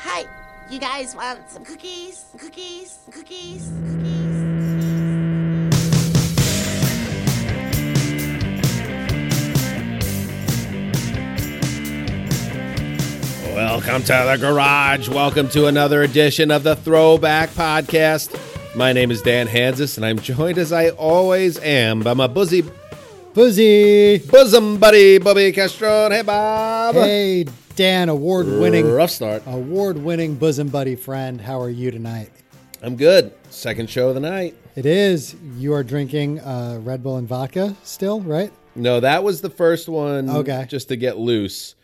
Hi, you guys want some cookies? Cookies? Cookies? Cookies? Welcome to the garage. Welcome to another edition of the Throwback Podcast. My name is Dan Hansis, and I'm joined as I always am by my buzzy Boozy. bosom buddy, Bobby Castron. Hey, Bob. Hey, Dan, award winning, Rough start. award winning bosom buddy friend. How are you tonight? I'm good. Second show of the night. It is. You are drinking uh, Red Bull and vodka still, right? No, that was the first one. Okay. Just to get loose,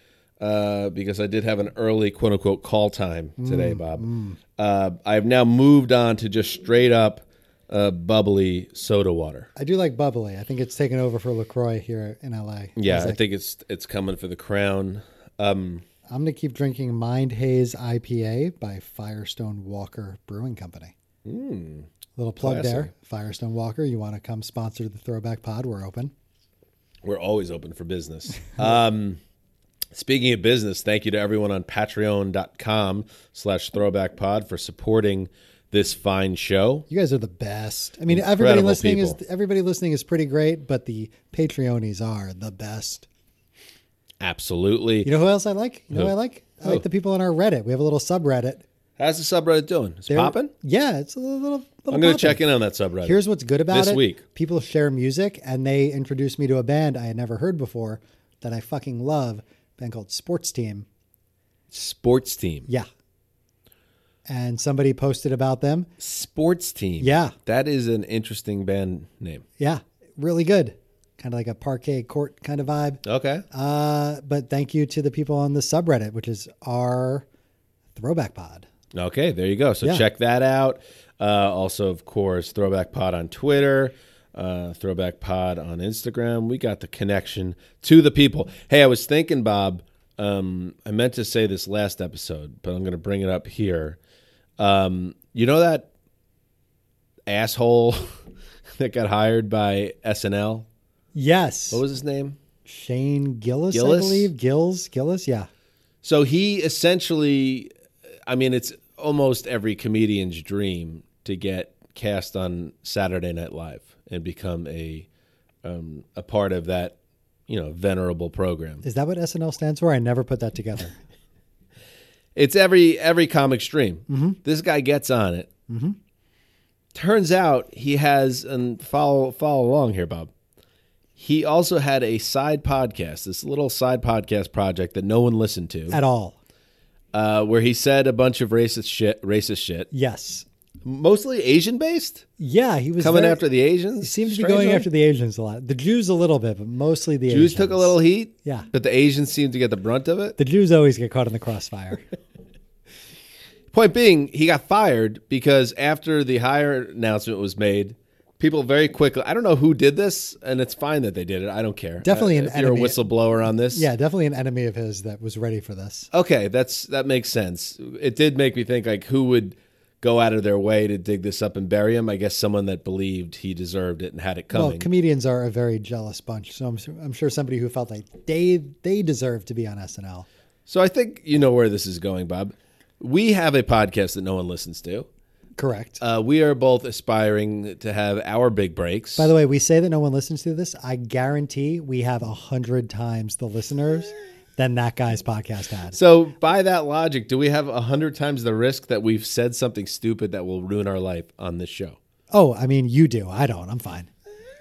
uh, because I did have an early quote unquote call time today, Mm, Bob. Uh, I've now moved on to just straight up uh, bubbly soda water. I do like bubbly. I think it's taken over for LaCroix here in LA. Yeah, It's I like, think it's it's coming for the crown. Um, I'm going to keep drinking Mind Haze IPA by Firestone Walker Brewing Company. Little plug Classy. there. Firestone Walker, you want to come sponsor the Throwback Pod? We're open. we're always open for business. um, speaking of business, thank you to everyone on patreon.com slash throwback pod for supporting this fine show. You guys are the best. I mean, everybody Incredible listening people. is everybody listening is pretty great, but the Patreonies are the best. Absolutely. You know who else I like? You know who, Who? I like? I Who? like the people on our Reddit. We have a little subreddit. How's the subreddit doing? It's They're- popping? Yeah, it's a little. little, little I'm going to poppin'. check in on that subreddit. Here's what's good about This it. week. people share music, and they introduced me to a band I had never heard before that I fucking love. A band called Sports Team. sports team. Yeah. And somebody posted about them. Sports team. Yeah. That is an interesting band name. Yeah, really good. Kind of like a parquet court kind of vibe. Okay. Uh, but thank you to the people on the subreddit, which is our throwback pod. Okay, there you go. So Yeah. check that out. Uh, also, of course, Throwback Pod on Twitter, uh, Throwback Pod on Instagram. We got the connection to the people. Hey, I was thinking, Bob. Um, I meant to say this last episode, but I'm going to bring it up here. Um, you know that asshole that got hired by SNL? Yes. What was his name? Shane Gillis, I Gillis? believe. Gills, Gillis, yeah. So he essentially, I mean, it's almost every comedian's dream to get cast on Saturday Night Live and become a um, a part of that, you know, venerable program. Is that what SNL stands for? I never put that together. It's every every comic's dream. This guy gets on it. Turns out he has and follow follow along here, Bob. He also had a side podcast, this little side podcast project that no one listened to, At all. uh, where he said a bunch of racist shit, racist shit, Yes. mostly Asian based, Yeah, he was coming very- after the Asians. He seemed to be going after the Asians a lot. The Jews a little bit, but mostly the Jews Asians. took a little heat, Yeah. but the Asians seemed to get the brunt of it. The Jews always get caught in the crossfire. Point being, he got fired because after the hire announcement was made, people very quickly. I don't know who did this, and it's fine that they did it. I don't care. Definitely Uh, an if you're a enemy. whistleblower on this, yeah, definitely an enemy of his that was ready for this. Okay, that's that makes sense. It did make me think like who would go out of their way to dig this up and bury him? I guess someone that believed he deserved it and had it coming. Well, comedians are a very jealous bunch, so I'm, su- I'm sure somebody who felt like they they deserve to be on SNL. So I think you know where this is going, Bob. We have a podcast that no one listens to. Correct. Uh, we are both aspiring to have our big breaks. By the way, we say that no one listens to this. I guarantee we have a hundred times the listeners than that guy's podcast had. so by that logic, do we have a hundred times the risk that we've said something stupid that will ruin our life on this show? Oh, I mean, you do. I don't. I'm fine.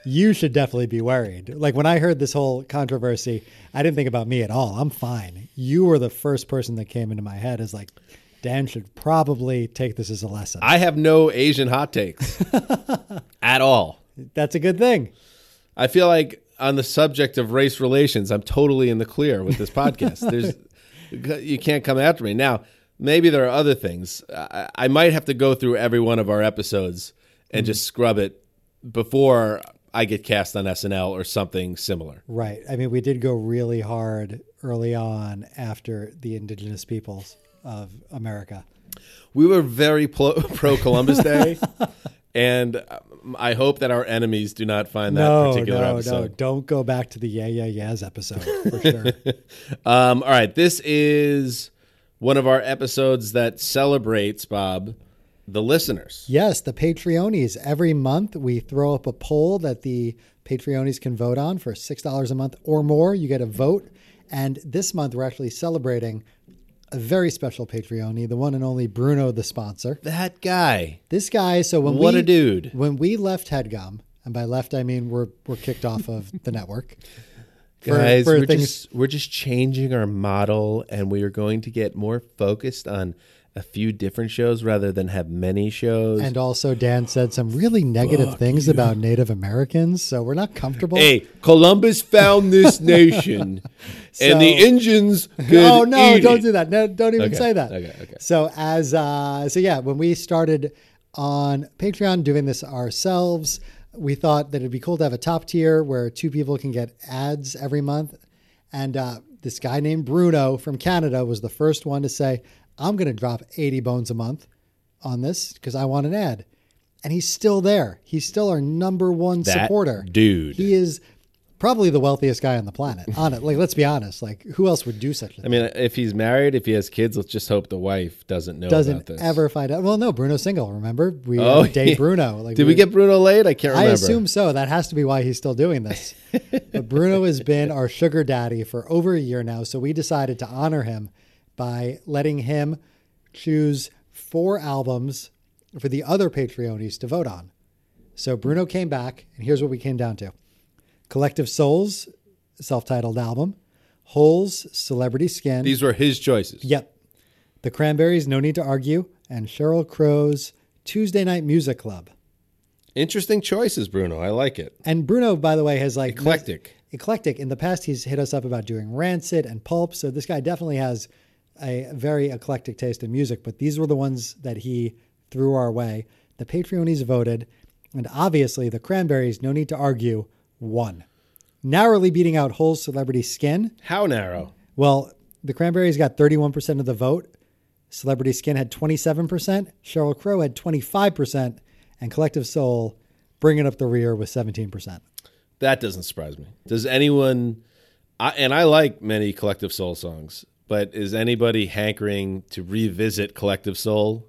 You should definitely be worried. Like when I heard this whole controversy, I didn't think about me at all. I'm fine. You were the first person that came into my head as like, Dan should probably take this as a lesson. I have no Asian hot takes at all. That's a good thing. I feel like on the subject of race relations, I'm totally in the clear with this podcast. There's you can't come after me now. Maybe there are other things. I, I might have to go through every one of our episodes Mm-hmm. and just scrub it before I get cast on SNL or something similar. Right. I mean, we did go really hard early on after the indigenous peoples of America. We were very pro, pro Columbus Day, and um, I hope that our enemies do not find that no, particular no, no. episode. Don't go back to the yeah, yeah, yeahs episode for sure. Um, all right, this is one of our episodes that celebrates Bob, the listeners. Yes, the Patreonies. Every month we throw up a poll that the Patreonies can vote on for $6 a month or more. You get a vote. And this month we're actually celebrating a very special Patreonie, the one and only Bruno, the sponsor. That guy. This guy, so when What we, a dude. When we left Headgum, and by left I mean we're we're kicked off of the network. For- Guys, for we're things- just we're just changing our model and we are going to get more focused on a few different shows rather than have many shows. And also Dan said some really negative things about Native Americans, so we're not comfortable. Hey, Columbus found this nation, So- and the Indians. Could oh no! eat Don't it. do that. No, don't even Okay, say that. okay, okay. So as uh, so yeah, when we started on Patreon doing this ourselves, we thought that it'd be cool to have a top tier where two people can get ads every month, and uh, this guy named Bruno from Canada was the first one to say, "I'm going to drop 80 bones a month on this because I want an ad," and he's still there. He's still our number one That supporter, dude. He is. Probably the wealthiest guy on the planet. On it, like let's be honest. Like who else would do such a thing? I mean, if he's married, if he has kids, let's just hope the wife doesn't know about doesn't this. ever find out. Well, no, Bruno's single. Remember, we uh, Oh, date yeah. Bruno. Like, Did we get Bruno late? I can't I remember. assume so. That has to be why he's still doing this. but Bruno has been our sugar daddy for over a year now, so we decided to honor him by letting him choose four albums for the other Patreonies to vote on. So Bruno came back, and here's what we came down to: Collective Souls, self-titled album, Holes, Celebrity Skin. These were his choices. Yep. The Cranberries, No Need to Argue, and Cheryl Crow's Tuesday Night Music Club. Interesting choices, Bruno. I like it. And Bruno, by the way, has like Eclectic. eclectic. In the past, he's hit us up about doing Rancid and Pulp. So this guy definitely has a very eclectic taste in music. But these were the ones that he threw our way. The Patreonies voted, and obviously the Cranberries, no need to argue, won. Narrowly beating out Hole's Celebrity Skin, How narrow? Well, the Cranberries got 31% of the vote. Celebrity Skin had 27%. Cheryl Crow had 25%. And Collective Soul bringing up the rear with 17%. That doesn't surprise me. Does anyone? I, and I like many Collective Soul songs, but is anybody hankering to revisit Collective Soul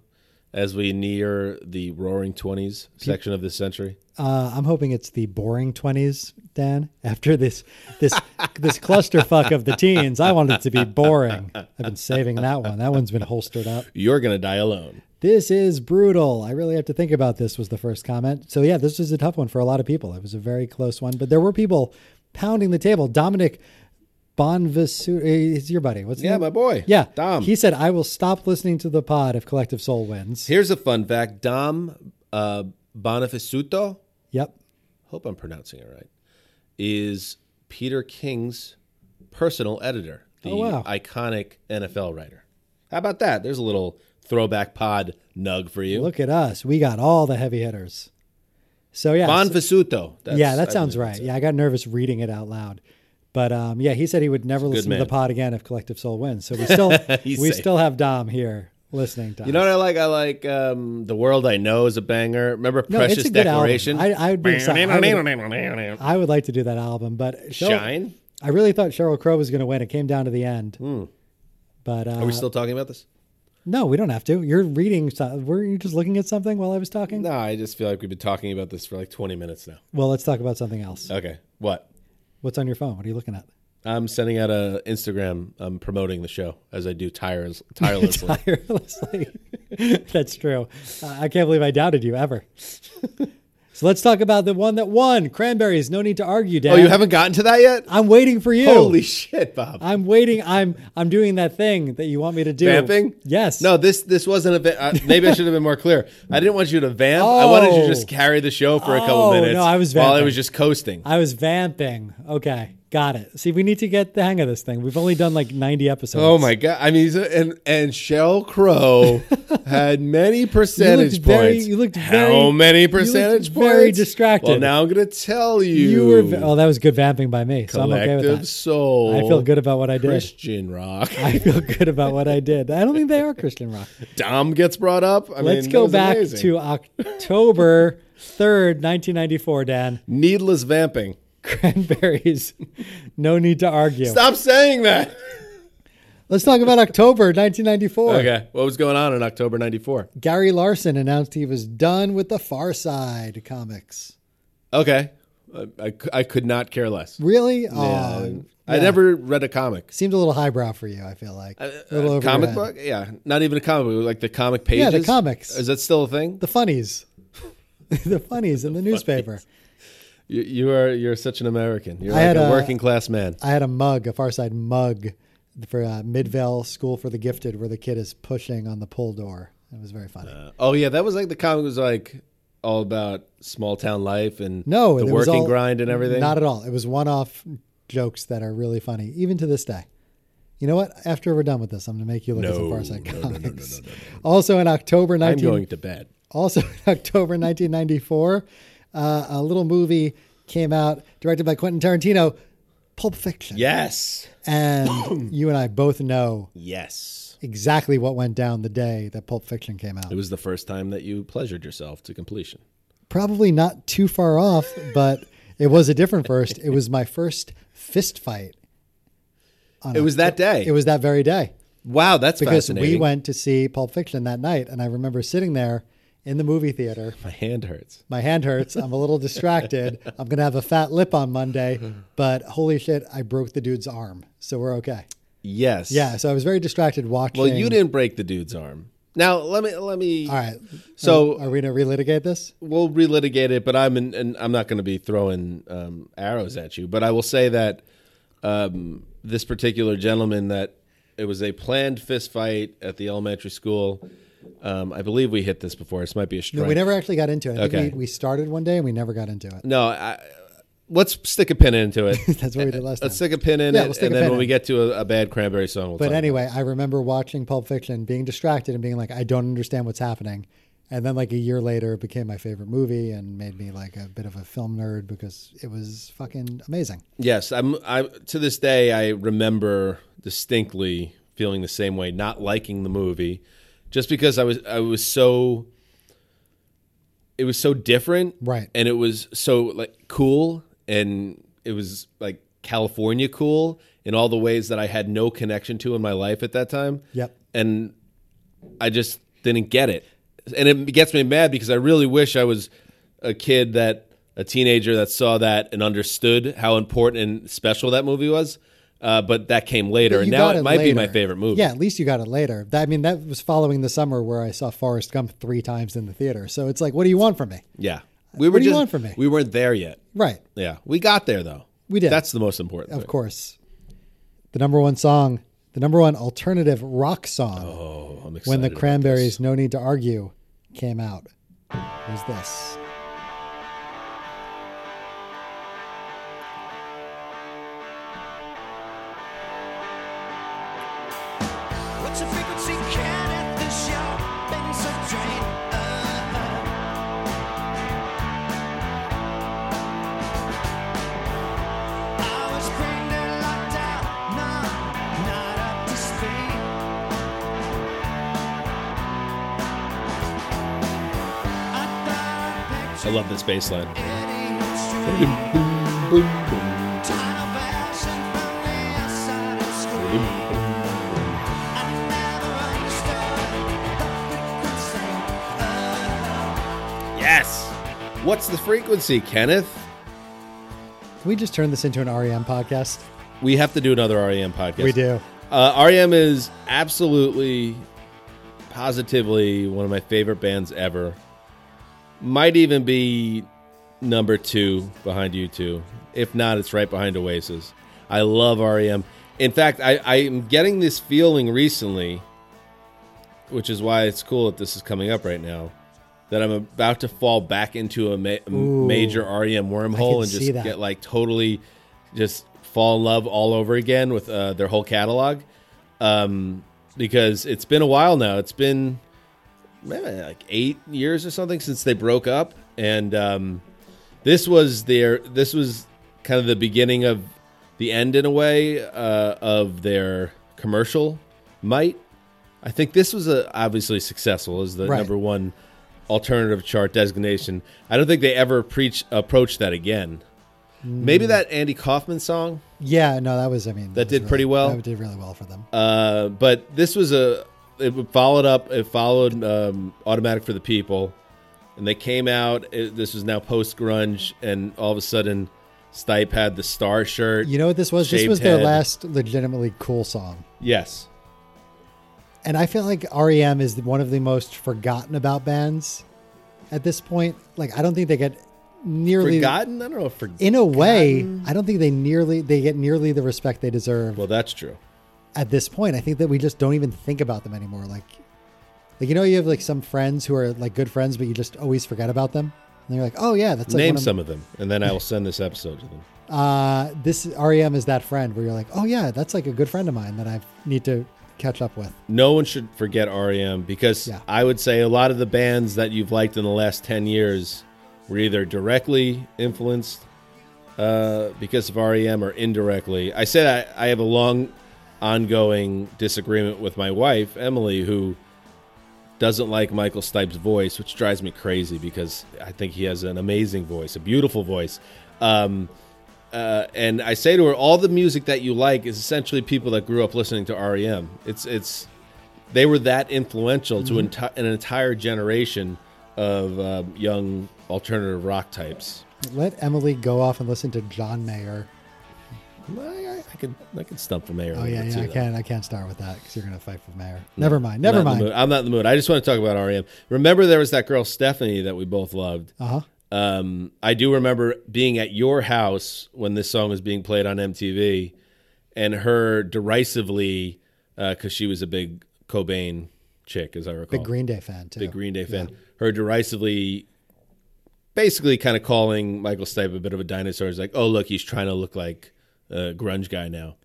as we near the Roaring Twenties section of this century? Uh, I'm hoping it's the boring 20s, Dan. After this this this clusterfuck of the teens, I want it to be boring. I've been saving that one. That one's been holstered up. You're gonna die alone. This is brutal. I really have to think about this, was the first comment. So, yeah, this was a tough one for a lot of people. It was a very close one, but there were people pounding the table. Dominic Bonvisu, he's your buddy. What's his Yeah, name? my boy. Yeah. Dom. He said, I will stop listening to the pod if Collective Soul wins. Here's a fun fact: Dom uh, Bonifaciuto, Yep. hope I'm pronouncing it right, is Peter King's personal editor, the Oh, wow. iconic NFL writer. How about that? There's a little throwback pod nug for you. Look at us. We got all the heavy hitters. So, yeah. so- Bonfasuto. That's- yeah, that I sounds believe right. Yeah, I got nervous reading it out loud. But um, yeah, he said he would never listen to man. the pod again if Collective Soul wins. So we still we He's safe. still have Dom here listening to us. You know what I like? I like um, The World I Know is a banger. Remember No, Precious it's a good Declaration? album. I, I would be excited. I would, I would like to do that album, but Cheryl- Shine? I really thought Cheryl Crow was going to win. It came down to the end, but uh, Are we still talking about this? no, we don't have to. You're reading. So, were you just looking at something while I was talking? No, I just feel like we've been talking about this for like 20 minutes now. Well, let's talk about something else. Okay. What? What's on your phone? What are you looking at? I'm sending out a Instagram. I'm promoting the show as I do tires, tirelessly. Tirelessly. That's true. Uh, I can't believe I doubted you ever. so let's talk about the one that won. Cranberries. No need to argue, Dan. oh, you haven't gotten to that yet? I'm waiting for you. Holy shit, Bob. I'm waiting. I'm I'm doing that thing that you want me to do. Vamping? Yes. No, this this wasn't a va- uh, maybe I should have been more clear. I didn't want you to vamp. I wanted you to Oh. just carry the show for a Oh, couple minutes. no, I was while I vamping. was just coasting. I was vamping. Okay, got it. See, we need to get the hang of this thing. We've only done like 90 episodes. Oh my god! I mean, he's a- and and Cheryl Crow had many percentage You looked very- points. you looked how very- you many looked percentage points? very distracted. Well, now I'm gonna tell you. You were. va- Oh, that was good vamping by me. So I'm okay with collective that. soul. I feel good about what I did. Christian rock. I feel good about what I did. I don't think they are Christian rock. Dom gets brought up. I mean, Let's that go was back amazing. to October 3rd, 1994, Dan. needless vamping. Cranberries. No need to argue. Stop saying that. Let's talk about October 1994. Okay. What was going on in October 94? Gary Larson announced he was done with the Far Side comics. Okay. I, I, cou- I could not care less. Really? Uh, Oh, I never read a comic. seemed a little highbrow for you. I feel like a A little over your Uh, comic head. book? Yeah. Not even a comic book. Like the comic pages? Yeah, the comics. Is that still a thing? The funnies, the funnies in the newspaper. You, you are you're such an American. You're I like had a a- working class man. I had a mug, a Far Side mug, for uh, Midvale School for the Gifted, where the kid is pushing on the pull door. It was very funny. Oh yeah, that was like the comic was like all about small town life and no, the it was working all- grind and everything. Not at all. It was one-off jokes that are really funny, even to this day. You know what? After we're done with this, I'm going to make you look at No, some Far Side no, no, no, no, no, comics. Also in October I'm 19, going to bed. also in October 1994, uh, a little movie came out directed by Quentin Tarantino, Pulp Fiction. Yes. And you and I both know Yes. exactly what went down the day that Pulp Fiction came out. It was the first time that you pleasured yourself to completion. Probably not too far off, but it was a different first. It was my first fist fight. It was that day. It was that very day wow, that's because fascinating. we went to see Pulp Fiction that night, and I remember sitting there in the movie theater. My hand hurts. My hand hurts. I'm a little distracted. I'm gonna have a fat lip on Monday, but holy shit, I broke the dude's arm, so we're okay. Yes. Yeah, so I was very distracted watching. Well, you didn't break the dude's arm. Now let me let me. All right. uh, So- are we gonna relitigate this? We'll relitigate it, but I'm in, and I'm not going to be throwing um, arrows at you. But I will say that um, this particular gentleman that it was a planned fist fight at the elementary school. Um, I believe we hit this before. This might be a strike. No, we never actually got into it. I Okay. think we, we started one day and we never got into it. No, I, let's stick a pin into it. That's what we did last time. let's stick a pin in Yeah, it, we'll stick and a then pin when in we it. get to a, a bad cranberry song, we'll But talk. anyway, I remember watching Pulp Fiction, being distracted and being like, I don't understand what's happening. And then, like a year later, it became my favorite movie and made me like a bit of a film nerd because it was fucking amazing. Yes, I'm. I to this day I remember distinctly feeling the same way, not liking the movie, just because I was I was so. It was so different, Right. And it was so like cool, and it was like California cool in all the ways that I had no connection to in my life at that time. Yep. and I just didn't get it. And it gets me mad because I really wish I was a kid that a teenager that saw that and understood how important and special that movie was. Uh, but that came later, and You now got it might be my later. favorite movie. Yeah, at least you got it later. That- I mean, that was following the summer where I saw Forrest Gump three times in the theater. So it's like, what do you want from me? yeah. We were do you just want from me? we weren't there yet. Right. Yeah, we got there though. We did. That's the most important. Of course. The number one song, the number one alternative rock song. Oh, I'm excited. when the about Cranberries No Need to Argue came out was this. What's the frequency? Kenneth, the show been so drained. Uh-huh. I was brained and locked out, not, not up to speed. I thought I this. pictured I love this bass line. idiot street. Tired of passion from the outside of school. I never understood the frequency Yes. What's the frequency, Kenneth? Can we just turn this into an REM podcast? We have to do another REM podcast. We do. Uh, REM is absolutely, positively one of my favorite bands ever. Might even be number two behind you two. If not, it's right behind Oasis. I love REM. In fact, I, I'm getting this feeling recently, which is why it's cool that this is coming up right now, that I'm about to fall back into a ma- Ooh. major REM wormhole and see just that. get like totally just fall in love all over again with uh, their whole catalog um, because it's been a while now. It's been man, like eight years or something since they broke up, and um, this was their this was kind of the beginning of the end in a way uh, of their commercial might. I think this was a, obviously successful as the Right. number one alternative chart designation. I don't think they ever preach approached that again. Maybe that Andy Kaufman song. Yeah, no, that was. I mean, That was did really- pretty well. That did really well for them. Uh, but this was a it followed up. It followed um, Automatic for the People, and they came out. It, this was now post grunge, and all of a sudden, Stipe had the star shirt. you know what this was? This shaved was their head. last legitimately cool song, Yes. and I feel like REM is one of the most forgotten about bands at this point. Like, I don't think they get nearly Forgotten? I don't know. if For- In a way, I don't think they nearly they get nearly the respect they deserve well, that's true. at this point. I think that we just don't even think about them anymore. Like, like you know, you have like some friends who are like good friends, but you just always forget about them. And you're like, oh yeah, that's like Name one of some of them, and then I will send this episode to them. uh, this REM is that friend where you're like, oh yeah, that's like a good friend of mine that I need to catch up with. No one should forget REM because Yeah. I would say a lot of the bands that you've liked in the last 10 years were either directly influenced uh, because of REM or indirectly. I said I, I have a long ongoing disagreement with my wife, Emily, who doesn't like Michael Stipe's voice, which drives me crazy because I think he has an amazing voice, a beautiful voice. Um, uh, and I say to her, all the music that you like is essentially people that grew up listening to REM. It's it's they were that influential to enti- an entire generation of um, young alternative rock types. Let Emily go off and listen to John Mayer. I, I, I could I could stump for mayor. Oh yeah, yeah, I can't, I can't start with that because you're gonna fight for Mayer. Never mind, never not in the mind. mood. I'm not in the mood. I just want to talk about REM. Remember, there was that girl Stephanie that we both loved. Uh huh. Um, I do remember being at your house when this song was being played on MTV, and her derisively because she was a big Cobain chick, as I recall, Big Green Day fan too. big Oh, Green Day fan. Her derisively, basically, kind of calling Michael Stipe a bit of a dinosaur. He's like, "Oh, look, he's trying to look like a grunge guy now,"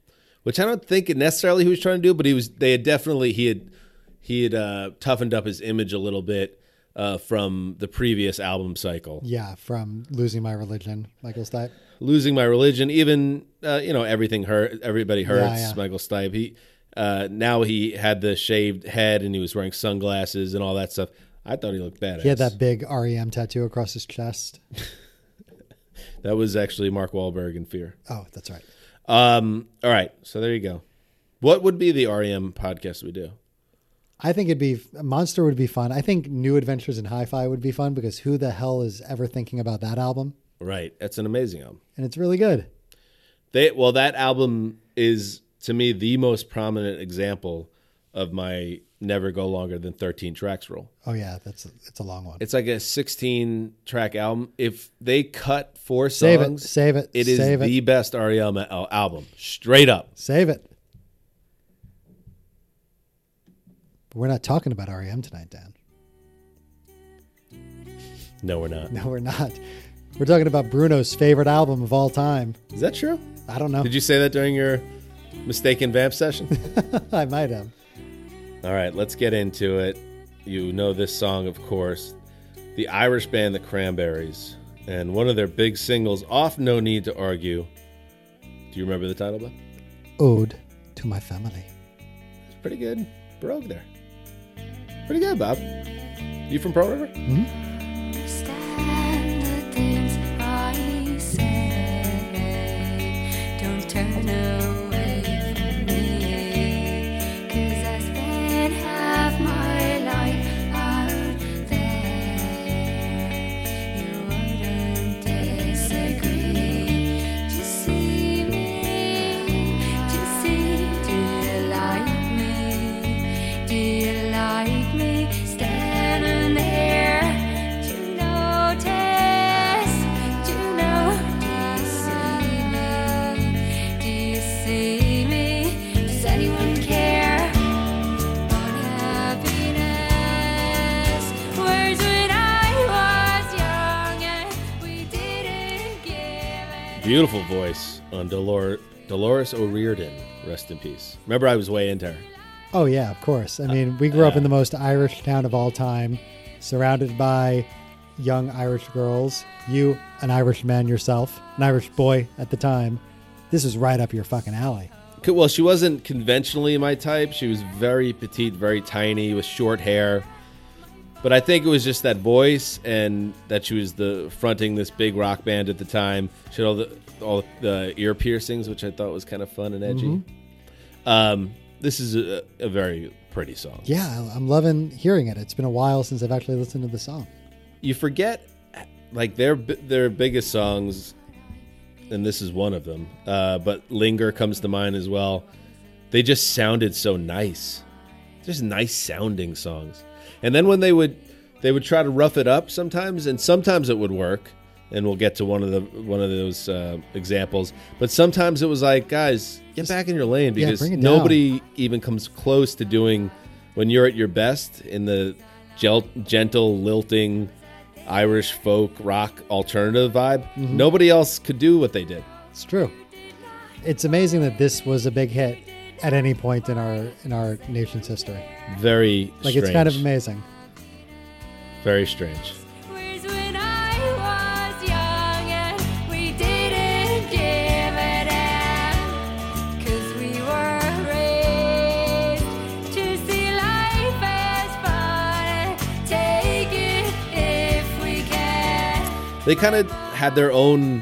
which I don't think it necessarily he was trying to do, but he was. They had definitely he had he had uh, toughened up his image a little bit uh, from the previous album cycle. Yeah, from losing my religion, Michael Stipe. losing my religion. Even uh, you know everything hurt. Everybody hurts. yeah. Michael Stipe. He uh, now he had the shaved head and he was wearing sunglasses and all that stuff. I thought he looked badass. He had that big REM tattoo across his chest. That was actually Mark Wahlberg in Fear. Oh, that's right. Um, all right, so there you go. What would be the REM podcast we do? I think it'd be Monster would be fun. I think New Adventures in Hi-Fi would be fun because who the hell is ever thinking about that album? Right, that's an amazing album. And it's really good. They well, that album is to me the most prominent example of my never go longer than thirteen tracks rule. Oh yeah, that's it's a long one. It's like a 16 track album. If they cut four Save it, songs, save it, It is save it. the best E REM al- album, straight up. Save it. But we're not talking about REM tonight, Dan. No, we're not. No, we're not. We're talking about Bruno's favorite album of all time. Is that true? I don't know. Did you say that during your mistaken vamp session? I might have. All right, let's get into it. You know this song, of course. The Irish band The Cranberries, and one of their big singles, Off No Need to Argue. Do you remember the title, Bob? Ode to my family. It's pretty good. Brogue there. Pretty good, Bob. You from Pro River? Understand the things I say. Don't turn away from me. 'Cause I spent half my life out there. You wouldn't disagree. Just see me. Just see. Do you like me? Do you like me? Standing there. Do you notice? Do you know? Do you see me? Do you see me? Does anyone care? Beautiful voice on Dolor- Dolores O'Riordan. Rest in peace. Remember, I was way into her. Oh yeah, of course. I mean, we grew up in the most Irish town of all time, surrounded by young Irish girls. You, an Irish man yourself, an Irish boy at the time. This is right up your fucking alley. C- Well, she wasn't conventionally my type. She was very petite, very tiny, with short hair. But I think it was just that voice and that she was the fronting this big rock band at the time. She had all the all the ear piercings, which I thought was kind of fun and edgy. Um, this is a, a very pretty song. Yeah, I- I'm loving hearing it. It's been a while since I've actually listened to the song. you forget like their their biggest songs and this is one of them uh, but linger comes to mind as well they just sounded so nice just nice sounding songs and then when they would they would try to rough it up sometimes and sometimes it would work and we'll get to one of the one of those uh, examples but sometimes it was like guys get back in your lane Yeah, because bring it down. nobody even comes close to doing when you're at your best in the gel- gentle lilting irish folk rock alternative vibe Mm-hmm. nobody else could do what they did It's true. It's amazing that this was a big hit at any point in our in our nation's history. very Like strange. it's kind of amazing. very strange Whereas when I was young and we didn't give it up, 'cause we were raised to see life as fun, take it if we can. they kind of had their own.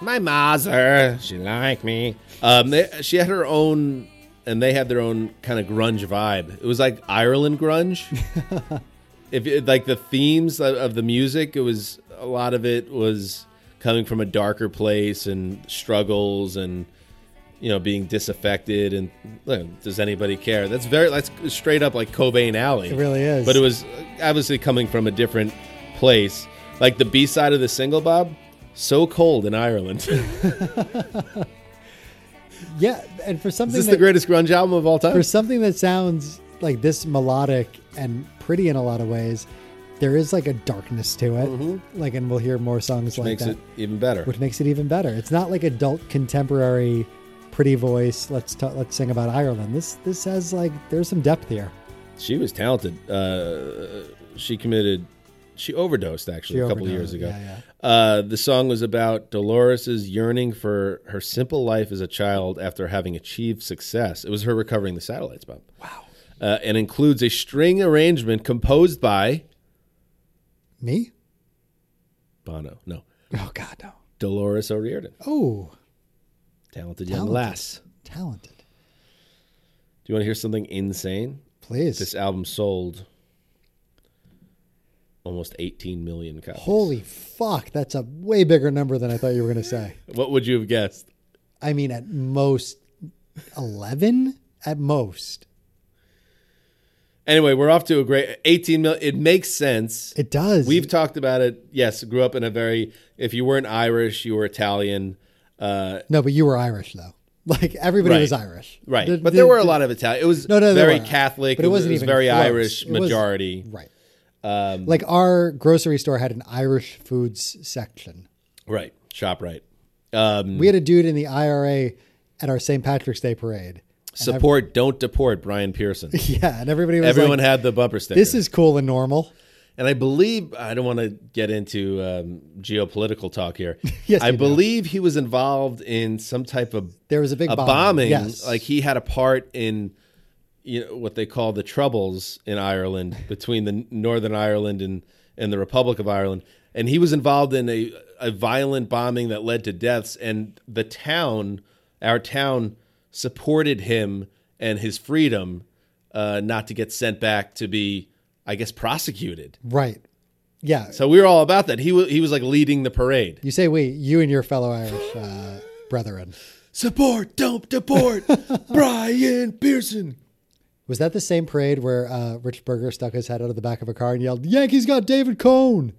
My ma's her. She like me. Um, they, she had her own, and they had their own kind of grunge vibe. It was like Ireland grunge. if you- like the themes of, of the music, it was a lot of it was coming from a darker place and struggles and you know being disaffected and like, does anybody care? That's very that's straight up like Cobain Alley. It really is. But it was obviously coming from a different place. Like the B side of the single, Bob. So cold in Ireland. is Yeah, and for something this that, the greatest grunge album of all time? for something that sounds like this melodic and pretty in a lot of ways, there is like a darkness to it. Like, and we'll hear more songs like Mm-hmm. Makes that, it even better. which makes it even better. It's not like adult contemporary, pretty voice. Let's ta let's sing about Ireland. This this has like there's some depth here. She was talented. Uh, she committed. She overdosed actually She a couple of overdosed, years ago. yeah, Uh, the song was about Dolores's yearning for her simple life as a child after having achieved success. It was her recovering the satellites, Bob. Wow. Uh, and includes a string arrangement composed by Me? Bono. No, Oh God, no. Dolores O'Riordan, Oh, talented young Talented. lass. talented. Do you want to hear something insane? Please. This album sold almost 18 million copies. Holy fuck, that's a way bigger number than I thought you were going to say. What would you have guessed? I mean, at most 11? At most. Anyway, we're off to a great 18 million. It makes sense. It does. We've talked about it. Yes, grew up in a very, if you weren't Irish, you were Italian. Uh, No, but you were Irish, though. Like, everybody Right. was Irish. right. The- but the- there were a the- lot of Italian. It was No, no, there very were. Catholic. But it wasn't was even very close. Irish It was- majority. Right. um, like, our grocery store had an Irish foods section. right. Shop right. Um, We had a dude in the IRA at our St. Patrick's Day parade. support, don't deport Brian Pearson. Yeah, and everybody was Everyone like, had the bumper sticker. this is cool and normal. and I believe I don't want to get into um, geopolitical talk here. Yes, I you do. believe he was involved in some type of There was a big a bomb. bombing. Yes. Like he had a part in you know what they call the troubles in Ireland between the Northern Ireland and and the Republic of Ireland, and he was involved in a a violent bombing that led to deaths, and the town, our town, supported him and his freedom, uh, not to get sent back to be, I guess, prosecuted. Right. Yeah. So we were all about that. He was he was like leading the parade. You say we, you and your fellow Irish uh, brethren. Support, don't deport, Brian Pearson. Was that the same parade where uh, Rich Berger stuck his head out of the back of a car and yelled, Yankees got David Cohn?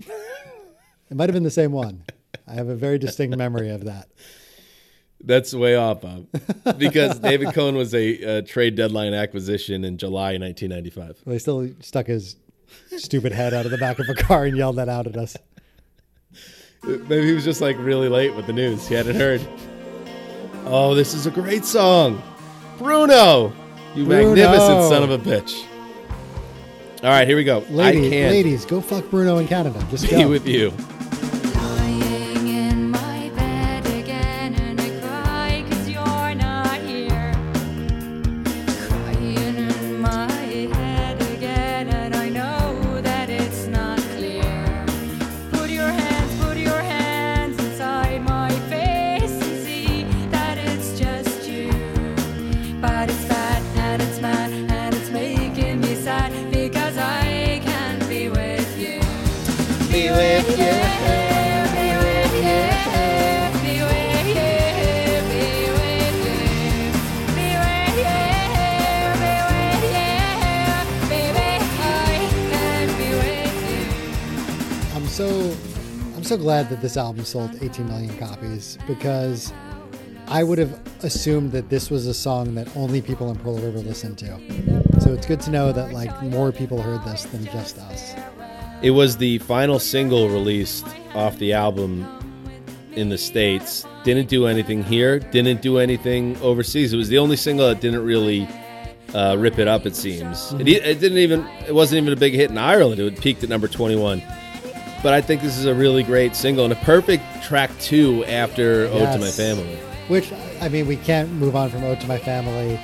it might have been the same one. I have a very distinct memory of that. That's way off, Bob. Because David Cohen was a, uh trade deadline acquisition in July 1995. Well, he still stuck his stupid head out of the back of a car and yelled that out at us. Maybe he was just like really late with the news. He hadn't heard. Oh, this is a great song. Bruno, you Bruno. magnificent son of a bitch. All right, here we go. I Ladies, can't ladies, go fuck Bruno in Canada. Just be go. with you. Lying in my bed again and I cry 'cause you're not here. Crying in my head again and I'm I'm so I'm so glad that this album sold 18 million copies because I would have assumed that this was a song that only people in Pearl River listened to. So it's good to know that like more people heard this than just us. It was the final single released off the album in the States. Didn't do anything here, didn't do anything overseas. It was the only single that didn't really uh, rip it up, it seems. It, e- it didn't even, it wasn't even a big hit in Ireland. It peaked at number 21. But I think this is a really great single and a perfect track two after Ode to My Yes. Family. Which I mean, we can't move on from "Ode to My Family"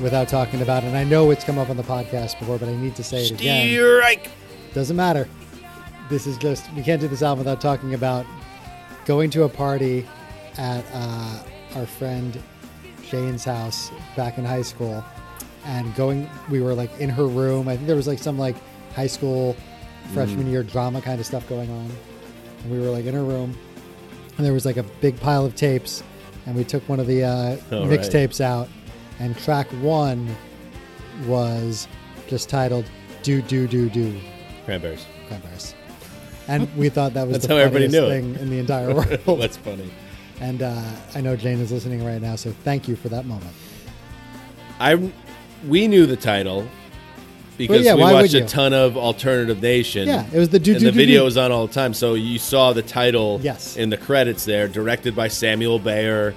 without talking about. it. And I know it's come up on the podcast before, but I need to say it again. Strike! Doesn't matter. This is just we can't do this album without talking about going to a party at uh, our friend Shane's house back in high school, and going. We were like in her room. I think there was like some like high school freshman Mm. year drama kind of stuff going on, and we were like in her room and there was like a big pile of tapes and we took one of the uh, Oh, right. mixtapes out and track one was just titled do do do do Cranberries. cranberries and we thought that was That's the how everybody funniest knew thing in the entire world Oh, That's funny. and uh, i know jane is listening right now so thank you for that moment I we knew the title because yeah, we why would watched a you? ton of Alternative Nation. Yeah, it was the do- and do- the do- video do. was on all the time, so you saw the title Yes. in the credits there, directed by Samuel Bayer.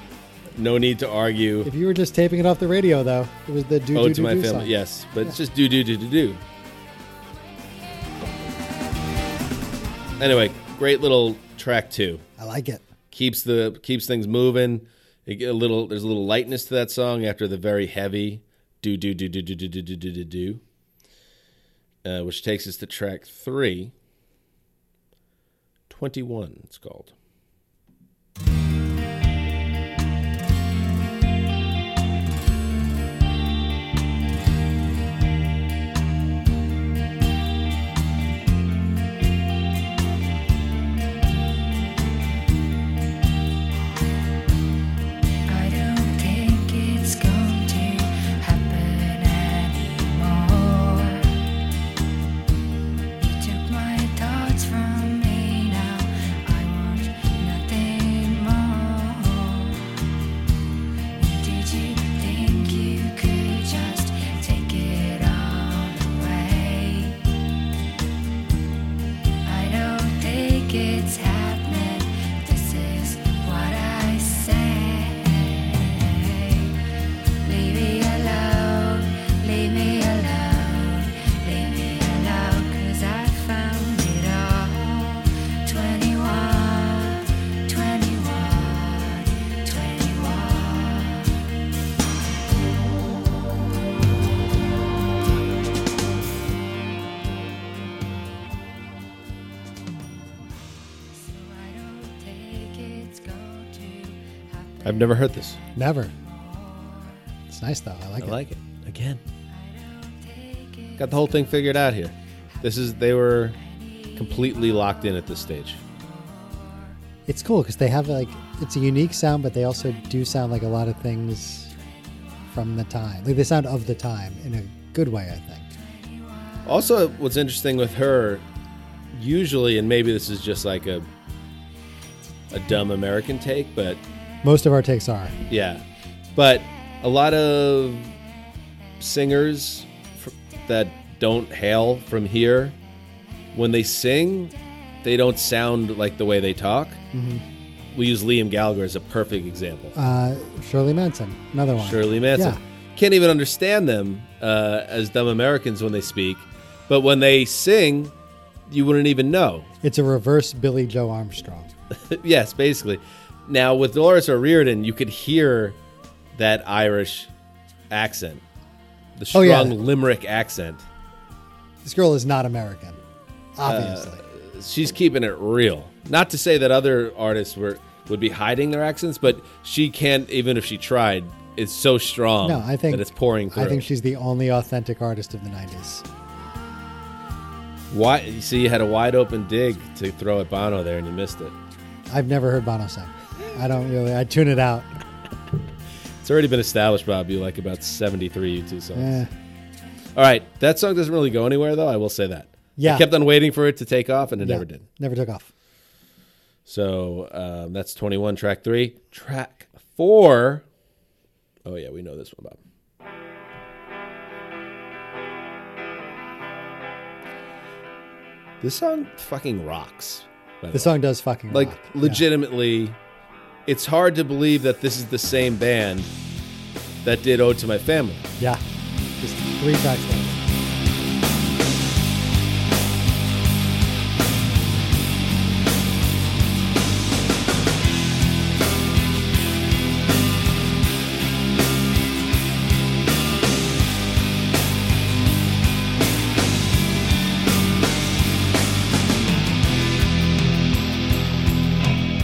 No need to argue. if you were just taping it off the radio though it was the do Ode do to do my do family, song. yes, but it's just do do do do do. Anyway, great little track two. i like it keeps the keeps things moving. It get a little there's a little lightness to that song after the very heavy do do do do do do do do do do do, uh, which takes us to track three. Twenty one, it's called. I don't think it's going to happen anymore. You took my thoughts from me now. I want nothing more. Did you think you could just take it all away? I don't think it's happening. This is what I say. Leave me alone, leave me alone, leave me alone, 'cause I found it all. 21, 21, 21. So I don't think it's going to happen. I've never heard this. never it's nice though i like I it like it again. Got the whole thing figured out here. This is they were completely locked in at this stage. It's cool because they have like it's a unique sound, but they also do sound like a lot of things from the time. Like they sound of the time in a good way, I think. Also, what's interesting with her, usually, and maybe this is just like a a dumb American take, but Most of our takes are. Yeah, but a lot of singers fr- that don't hail from here, when they sing, they don't sound like the way they talk. We use Liam Gallagher as a perfect example. Uh, Shirley Manson, another one. Shirley Manson Yeah. can't even understand them uh, as dumb Americans when they speak, but when they sing, you wouldn't even know. It's a reverse Billy Joe Armstrong. yes, basically. Now with Dolores O'Riordan, you could hear that Irish accent, the strong Oh, yeah. Limerick accent. This girl is not American, Uh, obviously. She's keeping it real. Not to say that other artists were would be hiding their accents, but she can't even if she tried. It's so strong no, I think that it's pouring through. I think she's the only authentic artist of the '90s. Why? You see, you had a wide open dig to throw at Bono there, and you missed it. I've never heard Bono sing. I don't really. I tune it out. It's already been established, Bob. You like about seventy-three U2 songs. Eh. All right, that song doesn't really go anywhere, though. I will say that. Yeah. I kept on waiting for it to take off, and it Yeah. never did. Never took off. So um, that's 21, track three. Track four. Oh, yeah, we know this one, Bob. This song fucking rocks. by the The song does fucking way. like, rock. Yeah. legitimately, it's hard to believe that this is the same band that did Ode to My Family. Yeah. Just three tracks left.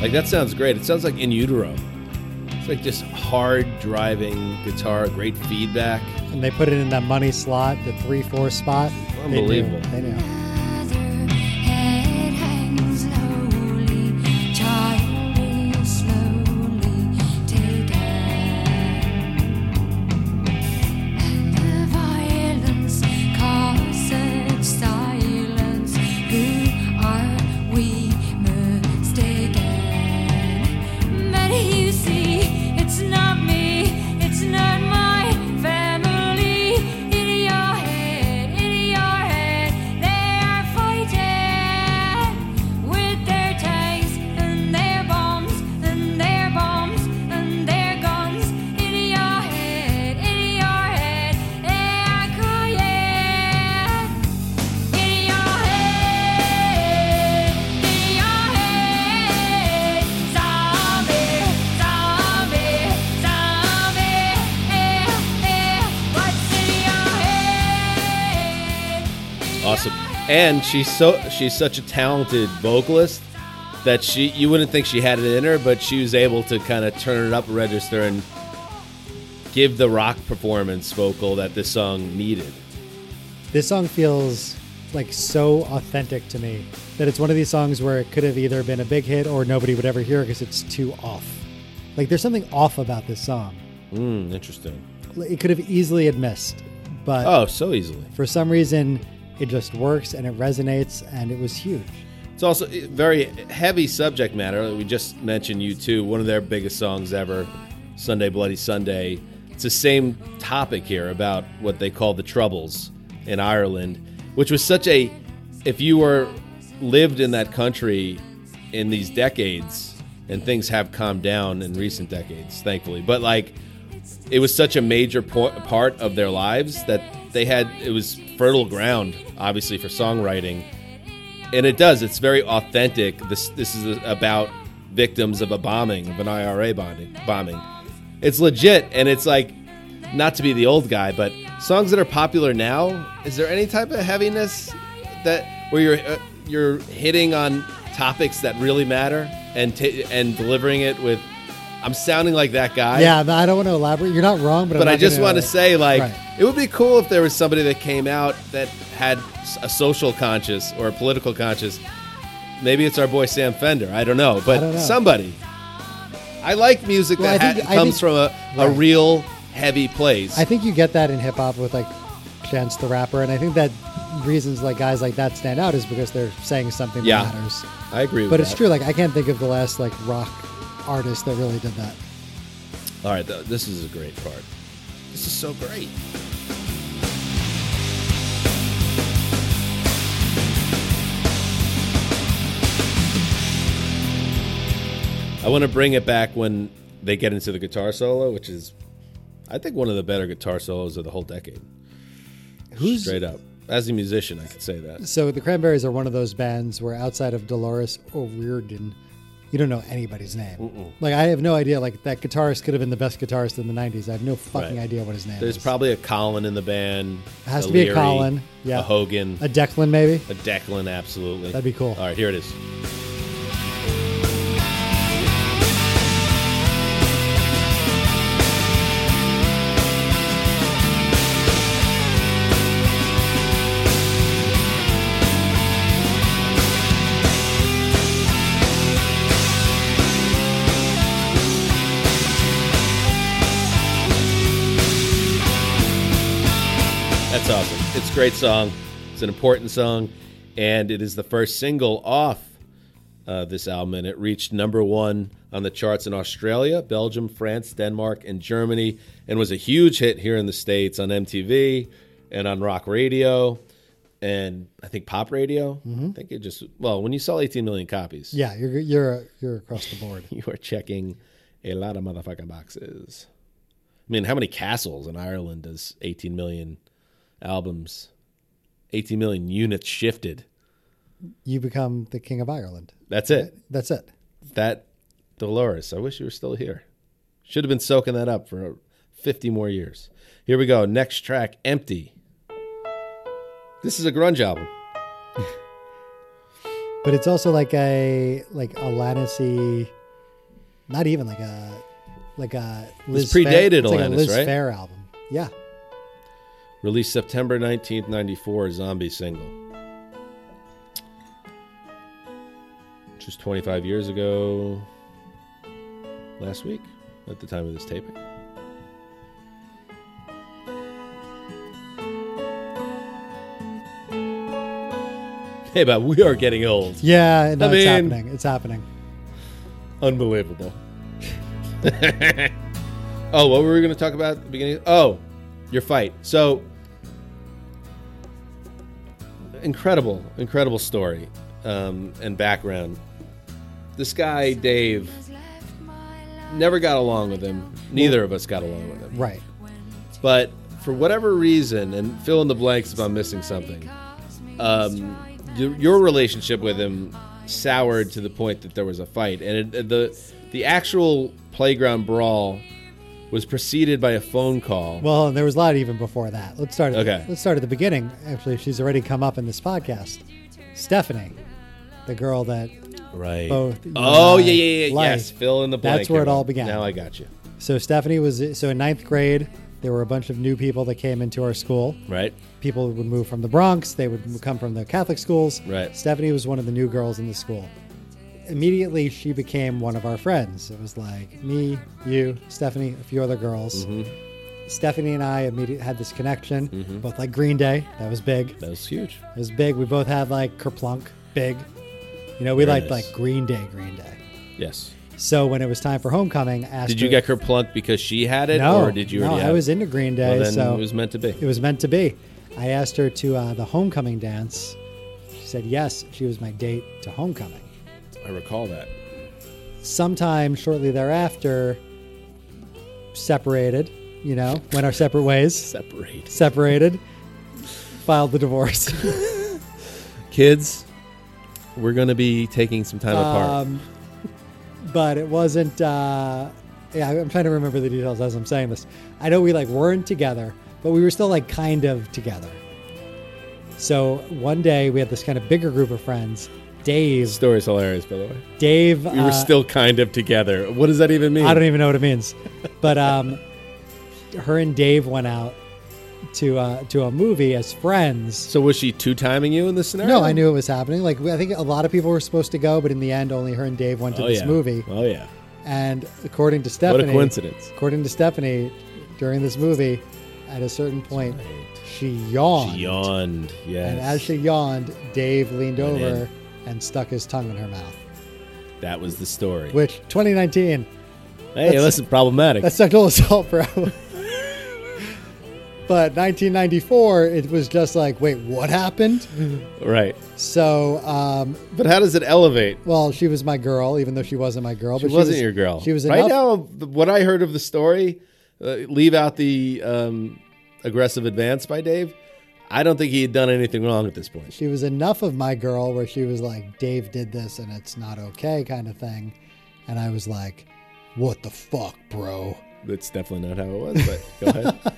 Like, that sounds great. It sounds like In Utero. It's like just hard driving guitar, great feedback. And they put it in that money slot, the three four spot. They knew. Unbelievable. They knew. It's not me, it's not my family. In your head, in your head, they are fighting with their tanks and their bombs and their bombs and their guns. In your head, in your head, they are crying. In your head, in your head, zombie, zombie, zombie. Eh, eh, what's in your head? Awesome. And she's so she's such a talented vocalist that she you wouldn't think she had it in her, but she was able to kind of turn it up a register and give the rock performance vocal that this song needed. This song feels like so authentic to me that it's one of these songs where it could have either been a big hit or nobody would ever hear because it's too off. Like there's something off about this song. Mm, interesting. Like, It could have easily had missed, but Oh, so easily. for some reason it just works and it resonates and it was huge. It's also a very heavy subject matter. We just mentioned you too. One of their biggest songs ever, Sunday Bloody Sunday. It's the same topic here about what they call the troubles in Ireland, which was such a if you were lived in that country in these decades and things have calmed down in recent decades, thankfully. But like it was such a major po- part of their lives that they had it was fertile ground obviously for songwriting and it does it's very authentic this this is about victims of a bombing of an IRA bonding, bombing it's legit and it's like not to be the old guy but songs that are popular now is there any type of heaviness that where you're uh, you're hitting on topics that really matter and t- and delivering it with I'm sounding like that guy yeah, but I don't want to elaborate. You're not wrong, but I'm but I not just gonna- want to say, like, Right. it would be cool if there was somebody that came out that had s- a social conscience or a political conscience. Maybe it's our boy Sam Fender. I don't know, but don't know. somebody. I like music Well, that I think- ha- I comes think- from a, a right. real heavy place. I think you get that in hip hop with like Chance the Rapper, and I think that reasons like guys like that stand out is because they're saying something Yeah. that matters. I agree. With But it's that. true. Like I can't think of the last like rock artist that really did that. All right, th- this is a great part. This is so great. I want to bring it back when they get into the guitar solo, which is, I think, one of the better guitar solos of the whole decade. Who's- straight up? As a musician, I could say that. So the Cranberries are one of those bands where outside of Dolores O'Riordan, you don't know anybody's name. Like I have no idea. Like that guitarist could have been the best guitarist in the '90s. I have no fucking Right. idea what his name There's is. probably a Colin in the band. Has to be a Leary, Colin, yeah. A Hogan. a Declan maybe. A Declan, absolutely. That'd be cool. All right, here it is. That's awesome. It's a great song. It's an important song, and it is the first single off uh, this album, and it reached number one on the charts in Australia, Belgium, France, Denmark, and Germany, and was a huge hit here in the states on MTV and on rock radio, and I think pop radio. I think it just well, when you sell 18 million copies, Yeah, you're you're you're across the board. you are checking a lot of motherfucking boxes. I mean, how many castles in Ireland does 18 million albums, 18 million units shifted? You become the king of Ireland. That's it. That's it. That Dolores, I wish you were still here. Should have been soaking that up for 50 more years. Here we go. Next track, Empty. This is a grunge album. But it's also like a like Alanisy, not even like a like a Liz predated Fair, it's like a Alanis, Liz right? Fair album. Yeah, Released September 19th, 94, zombie single. Which was 25 years ago last week at the time of this taping. Hey, but we are getting old. yeah. No, I it's mean- happening. It's happening. Unbelievable. oh, what were we going to talk about at the beginning? Oh, your fight. So, incredible, incredible story um, and background. This guy, Dave, never got along with him. Neither of us got along with him. Right. But for whatever reason, and fill in the blanks if I'm missing something, um, your, your relationship with him soured to the point that there was a fight, and it, uh, the the actual playground brawl was preceded by a phone call. Well, and there was a lot even before that. Let's start. At Okay. let's start at the beginning. Actually, she's already come up in this podcast. Stephanie, the girl that. right. both you oh and yeah, I yeah, yeah. like- Yes, fill in the blank. That's where it all everyone. began. Now I got you. So Stephanie was so in ninth grade. There were a bunch of new people that came into our school. Right. people would move from the Bronx. They would come from the Catholic schools. Right. Stephanie was one of the new girls in the school. Immediately, she became one of our friends. It was like me, you, Stephanie, a few other girls. Mm-hmm. Stephanie and I immediately had this connection. Both like Green Day, that was big. That was huge. It was big. We both had like Kerplunk, big. You know, we Very liked nice. like Green Day, Green Day. Yes. So when it was time for homecoming, I asked Did you her- get her plunked because she had it, no, or did you? No, already have I it? was into Green Day, Well, then so it was meant to it be. was meant to be. I asked her to uh, the homecoming dance. She said yes. She was my date to homecoming. I recall that. Sometime shortly thereafter, separated. You know, went our separate ways. Separate Separated. Filed the divorce. kids. We're going to be taking some time apart. Um, but it wasn't. Uh, yeah, I'm trying to remember the details as I'm saying this. I know we like weren't together, but we were still like kind of together. So one day we had this kind of bigger group of friends. Dave, Story's hilarious, by the way. Dave, We were uh, still kind of together. What does that even mean? I don't even know what it means, but um, her and Dave went out to uh, to a movie as friends. so was she two timing you in this scenario? No, I knew it was happening. Like I think a lot of people were supposed to go, but in the end, only her and Dave went to Oh this yeah. movie. Oh yeah. And according to Stephanie, coincidence. According to Stephanie, during this movie, at a certain point, she yawned. She yawned. Yes. And as she yawned, Dave leaned Went over and stuck his tongue in her mouth. that was the story. Which 2019, hey, that's- listen, problematic. that's sexual assault, bro. but 1994, it was just like, wait, what happened? Right. So, um, But how does it elevate? well, she was my girl, even though she wasn't my girl. She but wasn't was- your girl. She was right enough- now. the- What I heard of the story, uh, leave out the um, aggressive advance by Dave. I don't think he had done anything wrong at this point. she was enough of my girl where she was like, Dave did this and it's not okay, kind of thing. And I was like, what the fuck, bro? That's definitely not how it was. But go ahead.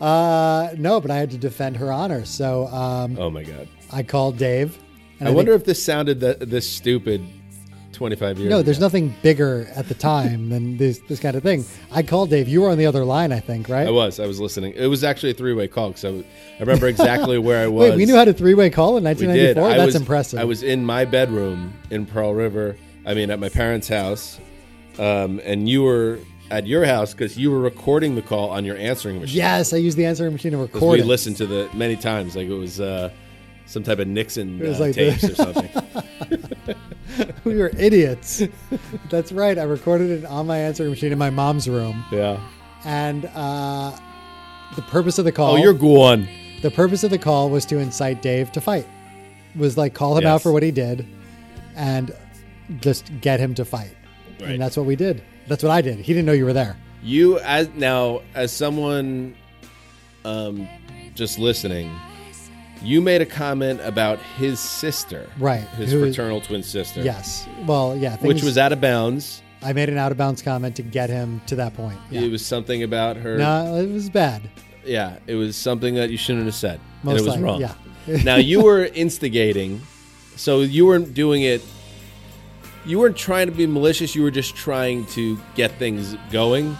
Uh, no, but I had to defend her honor. So um, Oh my god. I called Dave. And I wonder think- if this sounded th- this stupid 25 years no, there's ago. nothing bigger at the time than this, this kind of thing. I called Dave. You were on the other line, I think, right? I was. I was listening. It was actually a three way call because I, was- I remember exactly where I was. Wait, we knew how to three way call in We did. 1994? I That's was, impressive. I was in my bedroom in Pearl River. I mean, at my parents' house, um, and you were at your house because you were recording the call on your answering machine. Yes, I used the answering machine to 'Cause record. we it. listened to the many times. Like it was uh, some type of Nixon It was uh, like the- tapes or something. We were idiots. That's right. I recorded it on my answering machine in my mom's room, yeah. and uh, the purpose of the call. Oh, you're gone. The purpose of the call was to incite Dave to fight. Was like call him Yes. out for what he did and just get him to fight. Right. And that's what we did. That's what I did. He didn't know you were there. You as now as someone um just listening, you made a comment about his sister. Right, His who is- fraternal twin sister. Yes. Well, yeah. Things, Which was out of bounds. I made an out of bounds comment to get him to that point. Yeah. It was something about her. no, it was bad. Yeah, it was something that you shouldn't have said. Most and it was likely, wrong. yeah. now you were instigating, so you weren't doing it. You weren't trying to be malicious. You were just trying to get things going,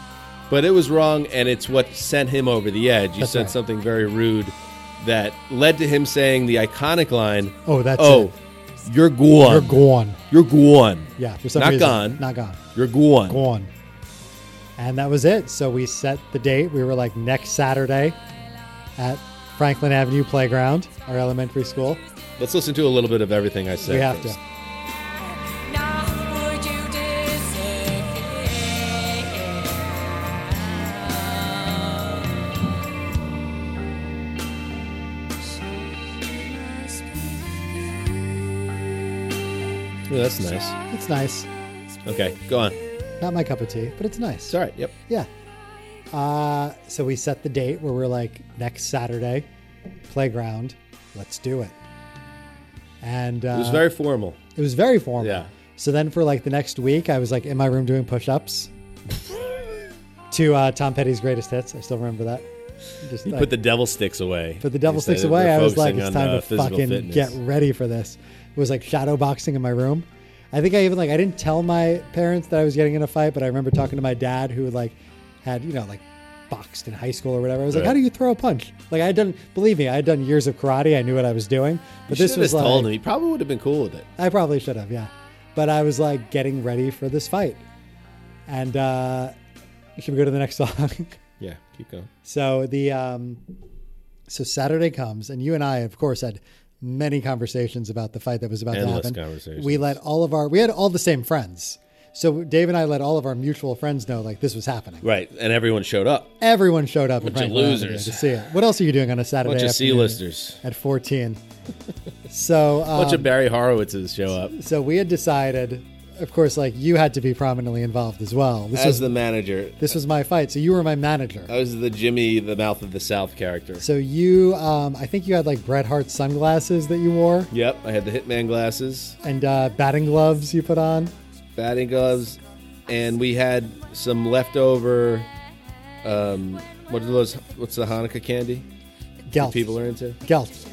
but it was wrong, and it's what sent him over the edge. You That's said right. something very rude that led to him saying the iconic line. Oh, that's oh, you're gone. You're gone. You're gone. Yeah. For some Not reason. gone. Not gone. You're gone. Gone. And that was it. So we set the date. We were like next Saturday at Franklin Avenue Playground, our elementary school. Let's listen to a little bit of everything I said. We have first. to. Now would you Yeah, that's nice. It's nice. Okay, go on. Not my cup of tea, but it's nice. It's all right. Yep. Yeah. Uh, so we set the date where we're like next Saturday, playground. Let's do it. And uh, It was very formal. It was very formal. Yeah. So then for like the next week, I was like in my room doing push-ups to uh, Tom Petty's greatest hits. I still remember that. Just You like- put the devil sticks away. put the devil Instead sticks of away. I was like, focusing it's on, time uh, to physical fucking fitness. get ready for this. It was like shadow boxing in my room. I think I even like I didn't tell my parents that I was getting in a fight, but I remember talking to my dad who like had you know like boxed in high school or whatever. I was like, Right. how do you throw a punch? Like I had done. Believe me, I had done years of karate. I knew what I was doing. But You this should've was just like told him. He probably would have been cool with it. I probably should have, yeah. But I was like getting ready for this fight, and uh, should we go to the next song? Yeah, keep going. So the um, so Saturday comes, and you and I, of course, had many conversations about the fight that was about Endless to happen. conversations. We let all of our we had all the same friends. So Dave and I let all of our mutual friends know like this was happening. Right, and everyone showed up. Everyone showed up. in Bunch of Franklin Avenue losers. to see it. What else are you doing on a Saturday? Bunch of afternoon C-listers. at fourteen. so um, Bunch of Barry Horowitzes show up. so we had decided, of course, like you had to be prominently involved as well. This was As the manager, this was my fight, so you were my manager. I was the Jimmy, the mouth of the South character. So you, um, I think you had like Bret Hart sunglasses that you wore, Yep, I had the Hitman glasses, and uh, batting gloves you put on. batting gloves, and we had some leftover. Um, what are those? What's the Hanukkah candy? that Gelt. People are into, Gelt.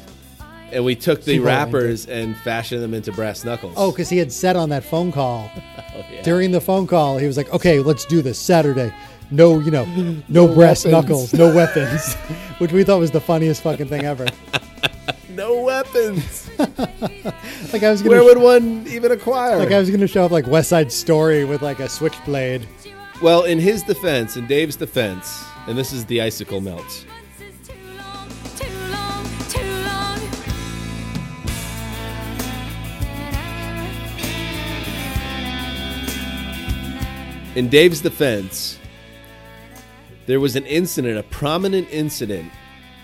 and we took the People are into. wrappers and fashioned them into brass knuckles. Oh, because he had said on that phone call, yeah. during the phone call, he was like, "Okay, let's do this Saturday. No, you know, no, brass knuckles, no weapons," which we thought was the funniest fucking thing ever. no weapons! Like I was gonna, Where would one even acquire? like I was gonna show up like West Side Story with like a switchblade. Well, in his defense, in Dave's defense, and this is the icicle melt. In Dave's defense, there was an incident, a prominent incident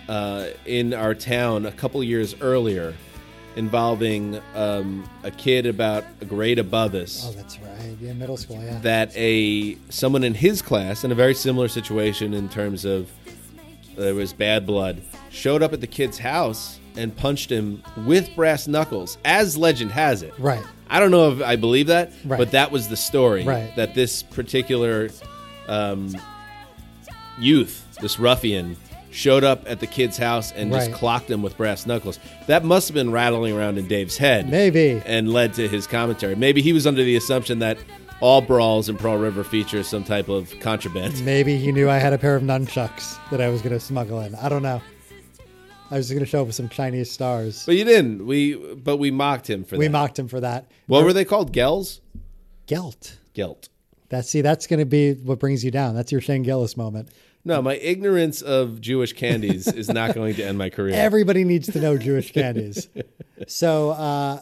uh, in our town a couple years earlier involving um, a kid about a grade above us Oh, that's right. Yeah, middle school. Yeah. that a someone in his class in a very similar situation in terms of there was bad blood showed up at the kid's house and punched him with brass knuckles as legend has it Right. i don't know if i believe that Right. but that was the story Right. that this particular um, youth this ruffian showed up at the kid's house and just Right. clocked him with brass knuckles that must have been rattling around in dave's head Maybe. and led to his commentary. Maybe he was under the assumption that all brawls in Pearl River feature some type of contraband. Maybe he knew I had a pair of nunchucks that I was going to smuggle in. I don't know. I was going to show up with some Chinese stars. But you didn't. We but we mocked him for We that. mocked him for that. what were they called? Gels? Gelt. Gelt. That's see, that's going to be what brings you down. That's your Shane Gillis moment. No, my ignorance of Jewish candies is not going to end my career. Everybody needs to know Jewish candies. So uh,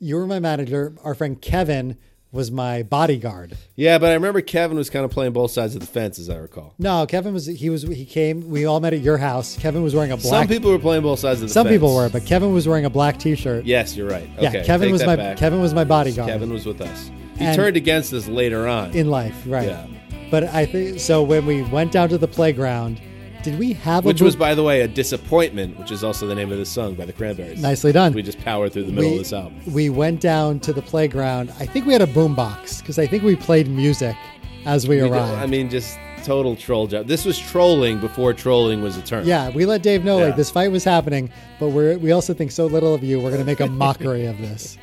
you were my manager. Our friend Kevin was my bodyguard. yeah, but I remember Kevin was kind of playing both sides of the fence, as I recall. No, Kevin was he was he came. We all met at your house. Kevin was wearing a black. Some people were playing both sides of the some fence. people were, but Kevin was wearing a black T-shirt. Yes, you're right. Yeah, Okay, Kevin take was that my back. Kevin was my bodyguard Kevin was with us. He And- turned against us later on. in life, right? Yeah. But I think so. When we went down to the playground, did we have which a was, by the way, a disappointment, which is also the name of this song by the Cranberries. Nicely done. We just powered through the middle we, of this album. we went down to the playground. I think we had a boombox because I think we played music as we, We did- arrived. I mean, just total troll job. This was trolling before trolling was a term. yeah, we let Dave know like Yeah. this fight was happening, but we're we also think so little of you. We're gonna make a mockery of this.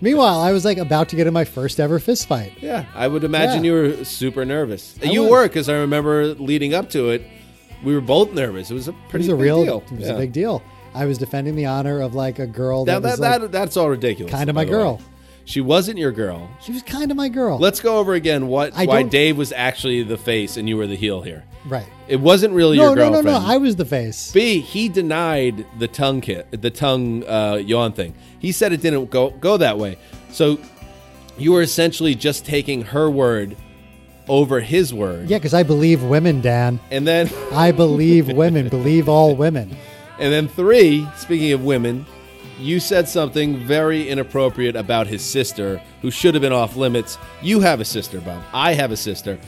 Meanwhile, I was like about to get in my first ever fist fight. Yeah, I would imagine Yeah. you were super nervous. you was. were, because I remember leading up to it, we were both nervous. It was a It pretty was a big real, deal. it was Yeah. a big deal. I was defending the honor of like a girl Now, that, that, was like, that- that's all ridiculous. kinda by my the way. girl. She wasn't your girl. she was kind of my girl. Let's go over again what I why don't- Dave was actually the face and you were the heel here. right? It wasn't really No, your no, girlfriend. no, no. I was the face. B, he denied the tongue kit, the tongue uh, yawn thing. He said it didn't go go that way. So you were essentially just taking her word over his word. Yeah, because I believe women, Dan. And then I believe women. believe all women. and then three, speaking of women, you said something very inappropriate about his sister who should have been off limits. You have a sister, Bob. I have a sister.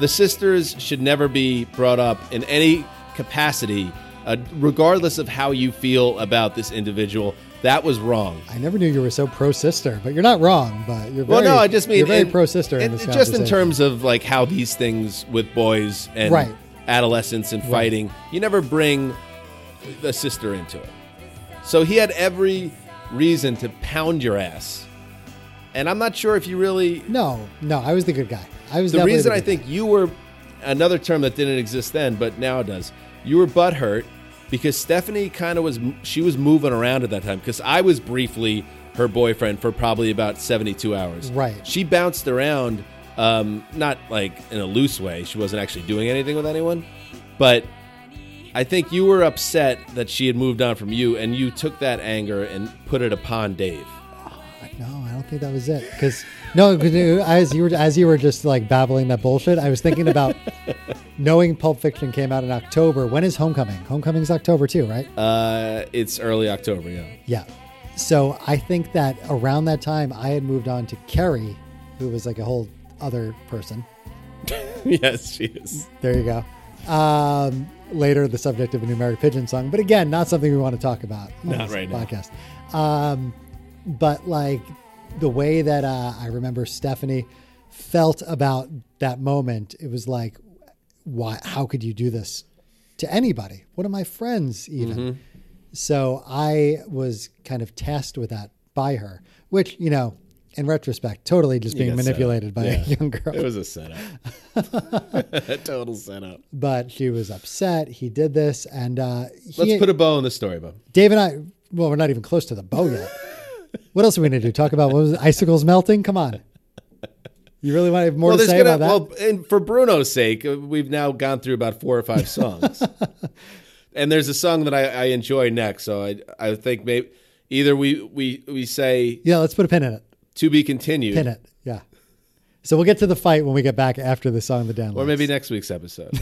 The sisters should never be brought up in any capacity, uh, regardless of how you feel about this individual. That was wrong. I never knew you were so pro sister, but you're not wrong. But you're well, very, no, I just mean you're very in- pro sister in in- this just in conversation. terms of like how these things with boys and Right. adolescence and fighting, you never bring the sister into it. So he had every reason to pound your ass, and I'm not sure if you really. No, no, I was the good guy. I was The definitely reason the I good think you were another term that didn't exist then, but now it does. You were butthurt because Stephanie kind of was she was moving around at that time because I was briefly her boyfriend for probably about 72 hours. Right. She bounced around um not like in a loose way. She wasn't actually doing anything with anyone, but I think you were upset that she had moved on from you and you took that anger and put it upon Dave. guy. No, I don't think that was it. Because no, 'cause you- as you were as you were just like babbling that bullshit, I was thinking about knowing Pulp Fiction came out in October. When is Homecoming? Homecoming's October too, right? Uh it's early October, yeah. Yeah. So I think that around that time, I had moved on to Carrie, who was like a whole other person. yes, she is. There you go. Um, later, the subject of a new Mary Pigeon song, but again, not something we want to talk about on Not this right now. podcast. Um, but like the way that uh, I remember Stephanie felt about that moment, it was like, why? How could you do this to anybody? One of my friends, even. Mm-hmm. So I was kind of tasked with that by her, which you know, in retrospect, totally just being got set up. manipulated by a Yeah. young girl. It was a setup. a total setup. but she was upset. He did this, and uh, he, Let's put a bow on the story, Bob. Dave and I. Well, we're not even close to the bow yet. what else are we going to do? Talk about what was it, icicles melting? Come on. You really want to have more to say about that? well, and for Bruno's sake, uh, we've now gone through about four or five songs, and there's a song that I, I enjoy next. So I, I think maybe either we we we say yeah, let's put a pin in it. to be continued, Pin it. Yeah. So we'll get to the fight when we get back after the song, the download. or maybe next week's episode.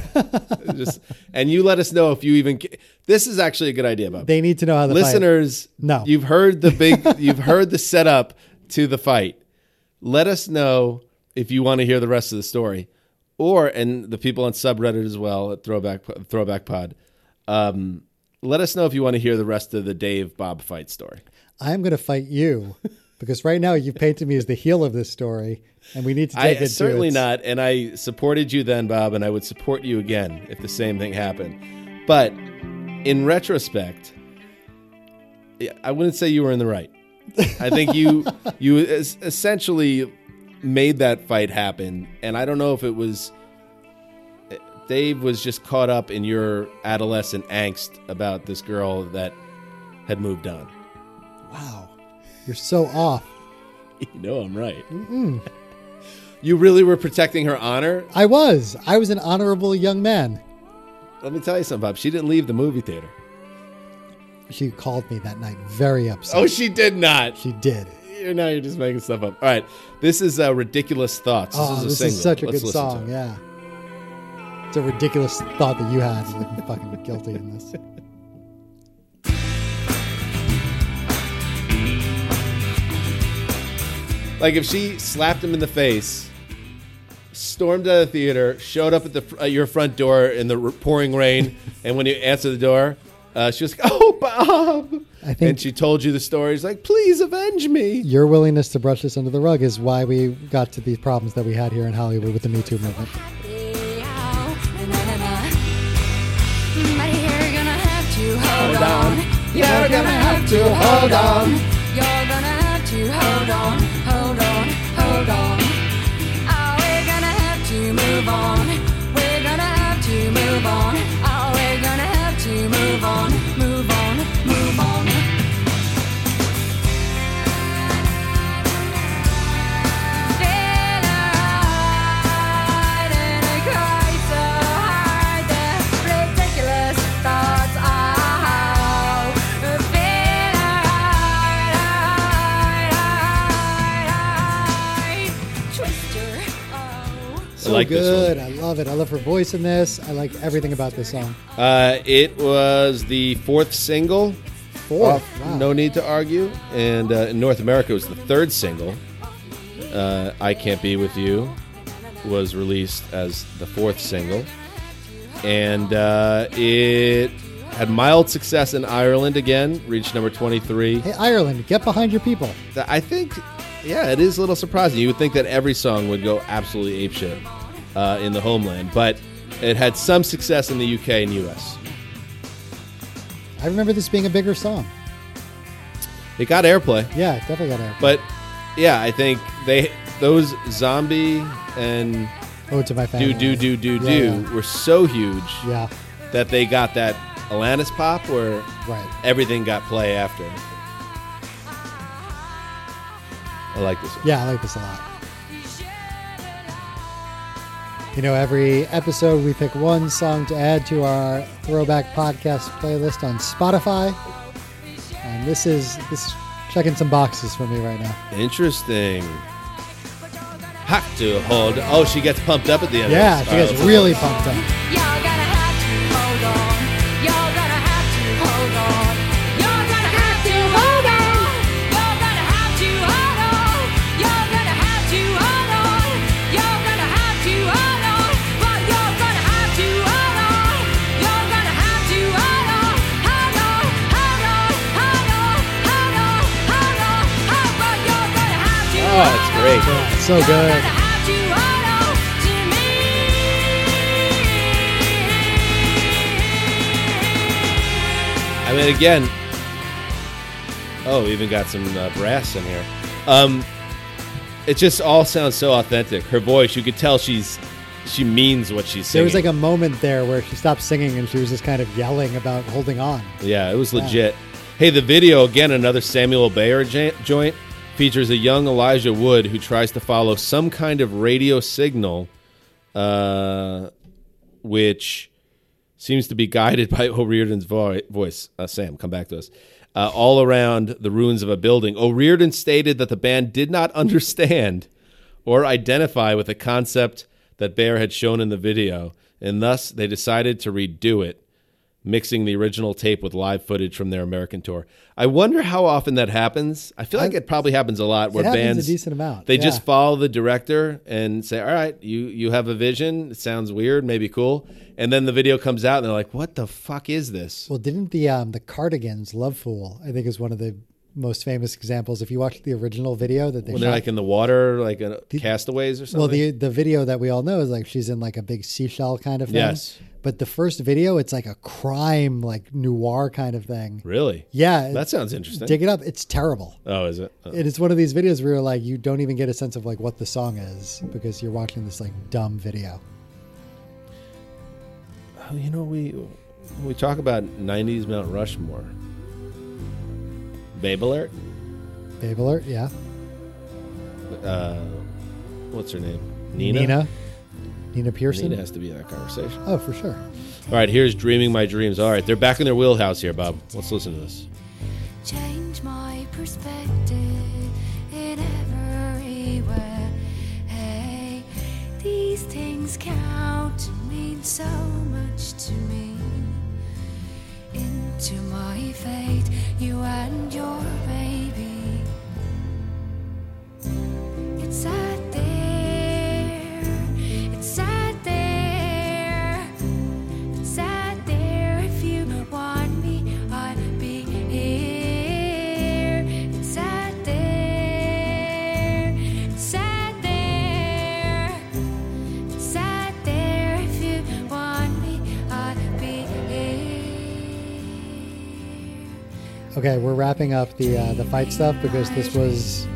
Just and you let us know if you even. ca- This is actually a good idea, Bob. they need to know how the fight- listeners No. you've heard the big you've heard the setup to the fight let us know if you want to hear the rest of the story or and the people on subreddit as well at throwback throwback pod um, let us know if you want to hear the rest of the dave bob fight story I'm going to fight you because right now you've painted me as the heel of this story, and we need to i take it. to certainly its- not and i supported you then bob and i would support you again if the same thing happened but in retrospect yeah, I wouldn't say you were in the right. I think you you es- essentially made that fight happen, and I don't know if it was Dave was just caught up in your adolescent angst about this girl that had moved on. Wow, you're so off. You know I'm right. You really were protecting her honor? I was. I was an honorable young man. Let me tell you something, Bob. She didn't leave the movie theater. She called me that night, very upset. Oh, she did not. she did. You're now you're just making stuff up. All right, this is uh, ridiculous thoughts. This oh, is a this single. is such a Let's good listen to song. it. Yeah. It's a ridiculous thought that you had. I'm fucking guilty in this. Like if she slapped him in the face, stormed out of the theater, showed up at the at your front door in the r- pouring rain, and when you answer the door, uh, she was like, "Oh, Bob," I think- and she told you the story. She's like, "Please avenge me." Your willingness to brush this under the rug is why we got to these problems that we had here in Hollywood with the Me Too movement. oh. You're gonna have to hold on. Oh, Oh, Move on, move on. I Oh, like this one. good. I love it. I love her voice in this. I like everything about this song. Uh, it was the fourth single. Four. off Wow. No Need to Argue. And uh, in North America, it was the third single. Uh, I Can't Be With You was released as the fourth single. And uh, it had mild success in Ireland again, reached number 23. Hey, Ireland, get behind your people. Th- I think, yeah, it is a little surprising. You would think that every song would go absolutely apeshit uh, in the homeland, but it had some success in the UK and US. I remember this being a bigger song. It got airplay. Yeah, it definitely got Ireland. But yeah, I think they those zombie and Oh, to my family. do do do do do Yeah, were so huge Yeah. that they got that Alanis pop where Right. everything got play after. I like this one. Yeah, I like this a lot. You know, every episode we pick one song to add to our throwback podcast playlist on Spotify. And this is this is checking some boxes for me right now. Interesting. Have to hold. Oh, she gets pumped up at the end. Yeah, of this. she Oh, All gets right, really pumped up. Oh, it's great. Yeah, so good. I mean, again. Oh, we even got some uh, brass in here. Um, it just all sounds so authentic. Her voice, you could tell she's she means what she's There saying. was like a moment there where she stopped singing and she was just kind of yelling about holding on. yeah, it was legit. Hey, the video again, another Samuel Bayer ja- joint features a young Elijah Wood who tries to follow some kind of radio signal, uh, which seems to be guided by O'Riordan's voi- voice. Uh, Sam, come back to us. Uh, all around the ruins of a building, O'Riordan stated that the band did not understand or identify with the concept that Bear had shown in the video, and thus they decided to redo it, mixing the original tape with live footage from their American tour. I wonder how often that happens. I feel like it probably happens a lot where happens a bands decent amount, They yeah. just follow the director and say, "All right, you you have a vision. It sounds weird, maybe cool." And then the video comes out, and they're like, "What the fuck is this?" Well, didn't the um, the Cardigans "Love Fool" I think is one of the most famous examples. If you watch the original video that they When shot, they're like in the water, like in castaways or something. well, the the video that we all know is like she's in like a big seashell kind of thing. Yes. But the first video, it's like a crime, like noir kind of thing. really, Yeah, it- that sounds interesting. dig it up. It's terrible. oh, is it? Oh. It is one of these videos where you're like you don't even get a sense of like what the song is because you're watching this like dumb video. Oh, you know, we we talk about '90s Mount Rushmore. Babe Alert, Babe alert, yeah. uh, what's her name? Nina. Nina, Nina Pearson. Nina has to be in that conversation. Oh, for sure. All right, here's dreaming my dreams. All right, they're back in their wheelhouse here, Bob. Let's listen to this. change my perspective in every way. Hey, these things count and mean so much to me. Into my fate, you and your baby. It's out there. It's out there. It's out there. If you want me, I'll be here. It's out there. It's out there. It's out there. If you want me, I'll be here. Okay, we're wrapping up the uh, the fight stuff because this was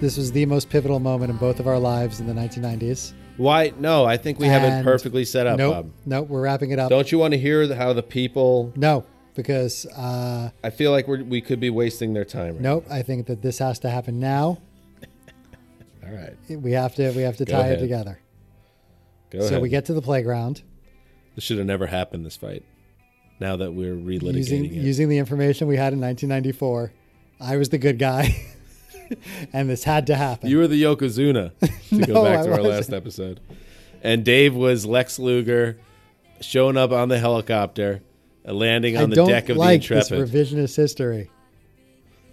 this was the most pivotal moment in both of our lives in the 1990s. Why? No, I think we have it And- perfectly set up, nope, Bob. nope. We're wrapping it up. Don't you want to hear the- how the people? No, because uh, I feel like we're, we could be wasting their time. Right nope. I think that this has to happen now. All right. We have to we have to Go tie ahead. it together. Go so ahead. we get to the playground this should have never happened. This fight. Now that we're relitigating using it. using the information we had in 1994. I was the good guy, and this had to happen. You were the Yokozuna, to go No, back I to our wasn't. last episode. And Dave was Lex Luger showing up on the helicopter, uh, landing on I the don't deck of like the this Intrepid. revisionist history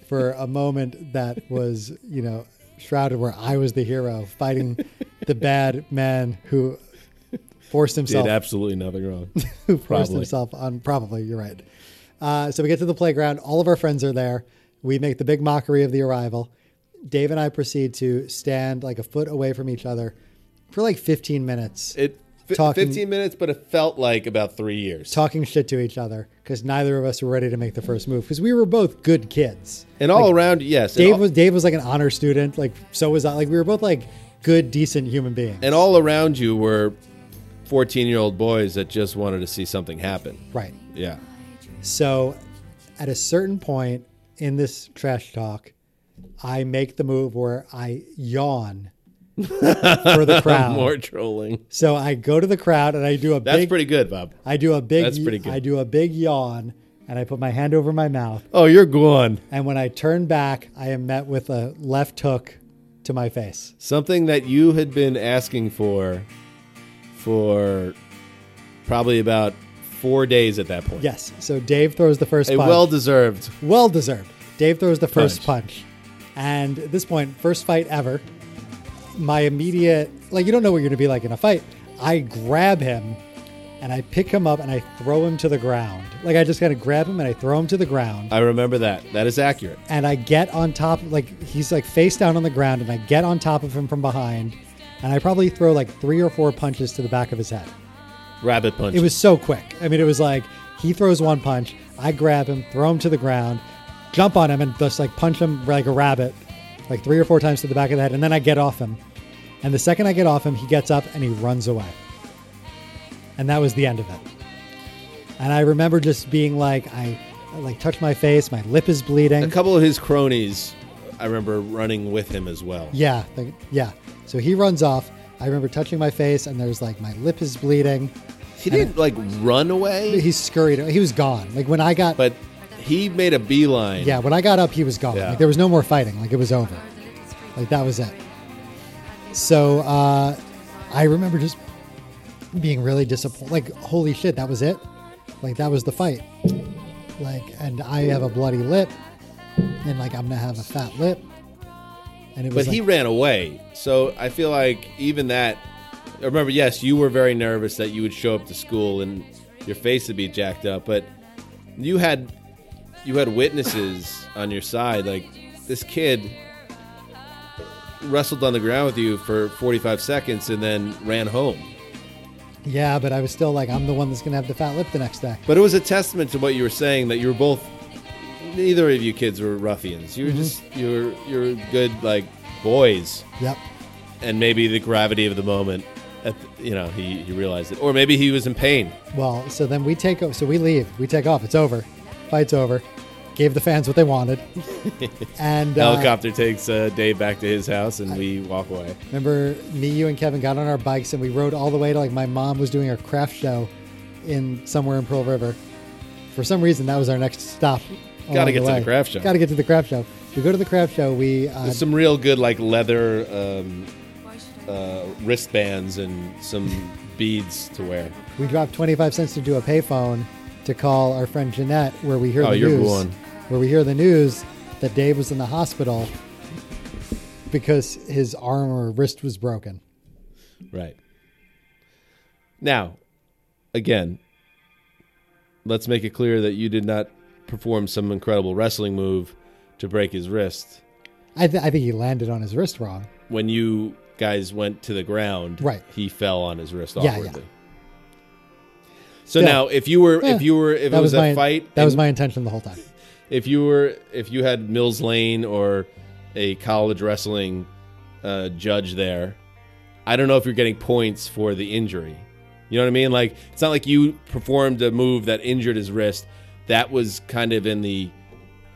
for a moment that was, you know, shrouded where I was the hero fighting the bad man who forced himself Did absolutely nothing wrong. who forced probably. himself on probably you're right. Uh, so we get to the playground. All of our friends are there. We make the big mockery of the arrival. Dave and I proceed to stand like a foot away from each other for like 15 minutes, It fi- Talking- 15 minutes, but it felt like about three years. talking shit to each other because neither of us were ready to make the first move because we were both good kids. and all around, yes. and Dave all, was Dave was like an honor student. Like so was I. Like we were both like good, decent human beings. and all around you were 14 year old boys that just wanted to see something happen. right. Yeah. So at a certain point in this trash talk, I make the move where I yawn for the crowd. More trolling. so I go to the crowd and I do a That's big pretty good, Bob. I do a big That's pretty good. I do a big yawn and I put my hand over my mouth Oh, you're gone. and when I turn back I am met with a left hook to my face. something that you had been asking for for probably about four days at that point. Yes. So Dave throws the first A punch. well deserved. well deserved. Dave throws the first punch. And at this point, first fight ever. My immediate, like, you don't know what you're going to be like in a fight. I grab him and I pick him up and I throw him to the ground. Like, I just kind of grab him and I throw him to the ground. I remember that. That is accurate. And I get on top, like, he's like face down on the ground and I get on top of him from behind. And I probably throw like three or four punches to the back of his head. Rabbit punch. It was so quick. I mean, it was like he throws one punch, I grab him, throw him to the ground, jump on him, and just like punch him like a rabbit, like three or four times to the back of the head, and then I get off him. And the second I get off him, he gets up and he runs away. And that was the end of it. And I remember just being like, I, I like touched my face, my lip is a bleeding. couple of his cronies. I remember running with him as well. Yeah, like, yeah. So he runs off. I remember touching my face, and there's like my lip is bleeding. He didn't like run away, He scurried. He was gone. Like when I got but he made a beeline. Yeah, when I got up, he was gone. Yeah. Like there was no more fighting. Like it was over. Like that was it. So uh, I remember just being really disappointed. Like holy shit, that was it. Like that was the fight. Like and I have a bloody lip, and like I'm gonna have a fat lip. And it But was. he like- ran away. So I feel like even that. I Remember, yes, you were very nervous that you would show up to school and your face would be jacked up, but you had you had witnesses on your side. Like this kid wrestled on the ground with you for 45 seconds and then ran home. yeah, but I was still like, I'm the one that's gonna have the fat lip the next day. But it was a testament to what you were saying that you were both. Neither of you kids were ruffians. Mm-hmm. You were just you were you were good like boys. Yep. and maybe the gravity of the moment at the- you know he, he realized it or maybe he was in pain Well, so then we take o- so we leave. We take off. It's over. Fight's over. gave the fans what they wanted. and uh, Helicopter takes uh, Dave back to his house, and we walk away. Remember, me, you, and Kevin got on our bikes and we rode all the way to like my mom was doing a craft show in somewhere in Pearl River. For some reason, that was our next stop. Gotta along get to the way. craft show. Gotta get to the craft show. We go to the craft show. We uh, There's some real good like leather um, uh, wristbands and some beads to wear. we dropped twenty five cents to do a payphone to call our friend Jeanette, where we hear Oh, the you're news. going. Where we hear the news that Dave was in the hospital because his arm or wrist was broken. Right. Now, again, let's make it clear that you did not perform some incredible wrestling move to break his wrist I, th- I think he landed on his wrist wrong. when you guys went to the ground. Right. He fell on his wrist Yeah, awkwardly. yeah. So Yeah. now, if you were, Yeah. if you were, if it was, a my fight, That was and- my intention the whole time. if you were if you had Mills Lane or a college wrestling uh, judge there, I don't know if you're getting points for the injury. You know what I mean? Like it's not like you performed a move that injured his wrist. That was kind of in the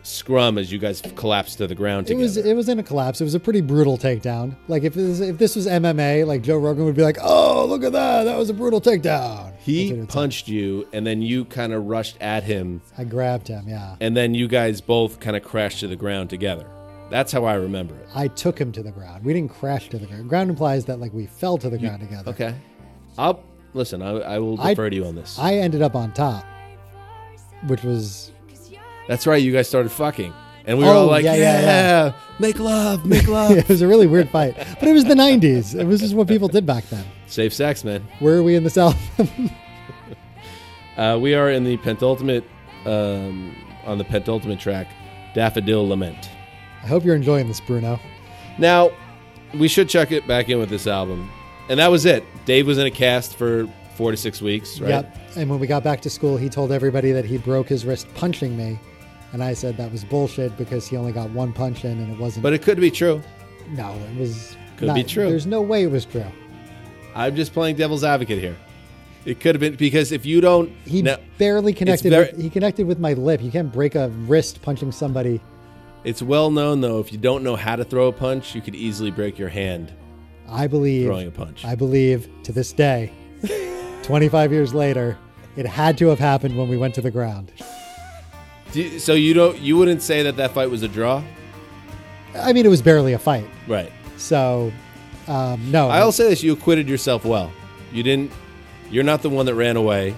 scrum as you guys collapsed to the ground It together. was it was in a collapse. It was a pretty brutal takedown. Like if this, if this was MMA, like Joe Rogan would be like, "Oh, look at that! That was a brutal takedown." That's what he it sounded punched you, and then you kind of rushed at him, like. I grabbed him. Yeah, and then you guys both kind of crashed to the ground together. That's how I remember it. I took him to the ground. We didn't crash to the ground. Ground implies that like we fell to the ground together. Okay, I'll listen. I, I will I- defer to you on this. I ended up on top, which was That's right. You guys started fucking, and we were Oh, all like, yeah, yeah, yeah, yeah." make love, make love." it was a really weird fight. But it was the '90s. It was just what people did back then. Safe sex, man. Where are we in the South? Uh, we are in the penultimate, um, on the penultimate track, "Daffodil Lament." I hope you're enjoying this, Bruno. Now, we should check it back in with this album, and that was it. Dave was in a cast for four to six weeks, right? Yep. And when we got back to school, he told everybody that he broke his wrist punching me. And I said that was bullshit because he only got one punch in and it wasn't. But it could be true. no, it was. Could not- be true. There's no way it was true. I'm just playing devil's advocate here. It could have been because if you don't, He no, barely connected. very- with, he connected with my lip. You can't break a wrist punching somebody. it's well known though. If you don't know how to throw a punch, you could easily break your hand I believe. throwing a punch. I believe to this day, 25 years later, it had to have happened when we went to the ground. Do you- so you don't you wouldn't say that that fight was a draw, I mean, it was barely a fight. right? So, um, no. I'll say this: you acquitted yourself well. You didn't. You're not the one that ran away.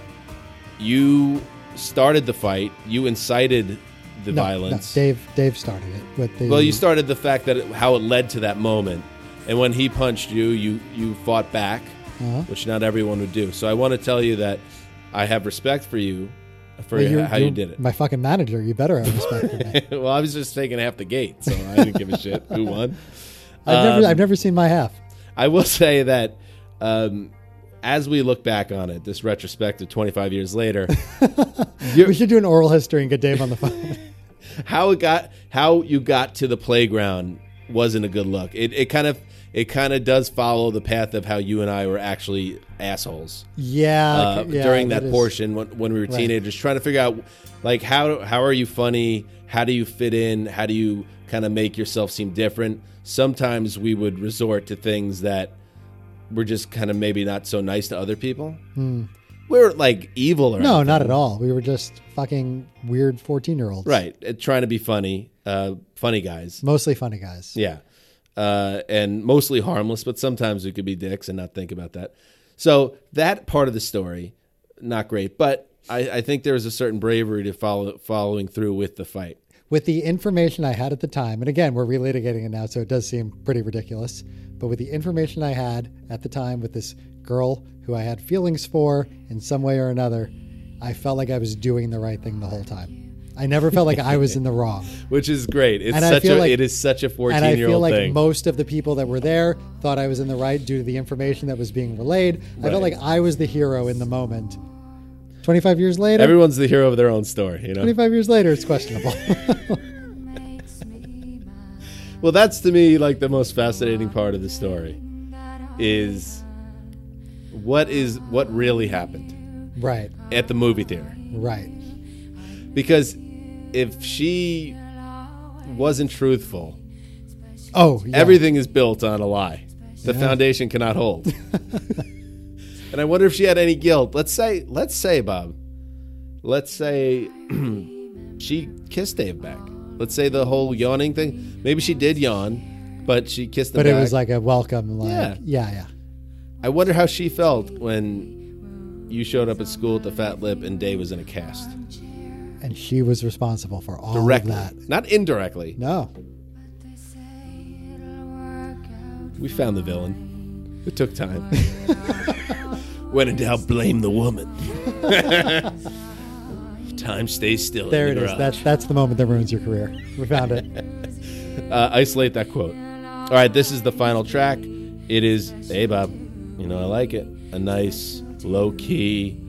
You started the fight. You incited the no, no, violence. Dave. Dave started it with the. well, you started the fact that it, how it led to that moment, and when he punched you, you you fought back, Uh-huh. which not everyone would do. So I want to tell you that I have respect for you for Well, you're- how you you're did it. My fucking manager, you better have respect for me. well, I was just taking half the gate, so I didn't give a shit who won. I've Um, never, I've never seen my half. I will say that um, as we look back on it, this retrospective 25 years later, We should do an oral history and get Dave on the Uh, phone. how it got, how you got to the playground wasn't a good look. It, it kind of, it kind of does follow the path of how you and I were actually assholes yeah, uh, okay, yeah, during that, is- portion when, when we were teenagers, trying to figure out like how how are you funny, how do you fit in, how do you kind of make yourself seem different. Sometimes we would resort to things that were just kind of maybe not so nice to other people. We were like evil or Hmm. No, anything. not at all. We were just fucking weird fourteen-year-olds. right, uh, trying to be funny, uh, funny guys. Mostly funny guys. Yeah. Uh, and mostly harmless, but sometimes we could be dicks and not think about that. So that part of the story, not great, but I, I think there was a certain bravery to follow following through with the fight. With the information I had at the time, and again, we're relitigating it now, so it does seem pretty ridiculous. But with the information I had at the time with this girl who I had feelings for in some way or another, I felt like I was doing the right thing the whole time. I never felt like I was in the wrong. Which is great. It's And I such feel a like- it is such a and I fourteen year feel old like thing. most of the people that were there thought I was in the right due to the information that was being relayed. I felt Right. like I was the hero in the moment. 25 years later, Everyone's the hero of their own story, you know. 25 years later, it's questionable. Well, that's to me like the most fascinating part of the story is what is what really happened right, at the movie theater right. because if she wasn't truthful, Oh, yeah. everything is built on a lie. The foundation cannot hold. and I wonder if she had any guilt. Let's say, let's say, Bob, let's say she kissed Dave back. Let's say the whole yawning thing. Maybe she did yawn, but she kissed him But back. it was like a welcome, like Yeah. yeah, yeah. I wonder how she felt when you showed up at school at the Fat Lip and Dave was in a cast. And she was responsible for all Directly. of that. Not indirectly. No, We found the villain. It took time. when in doubt, blame the woman. If Time stays still. there in it the is. garage. That's that's the moment that ruins your career. We found it. Uh, isolate that quote. All right, this is the final track. It is, hey, Bob, you know, I like it. A nice, low key,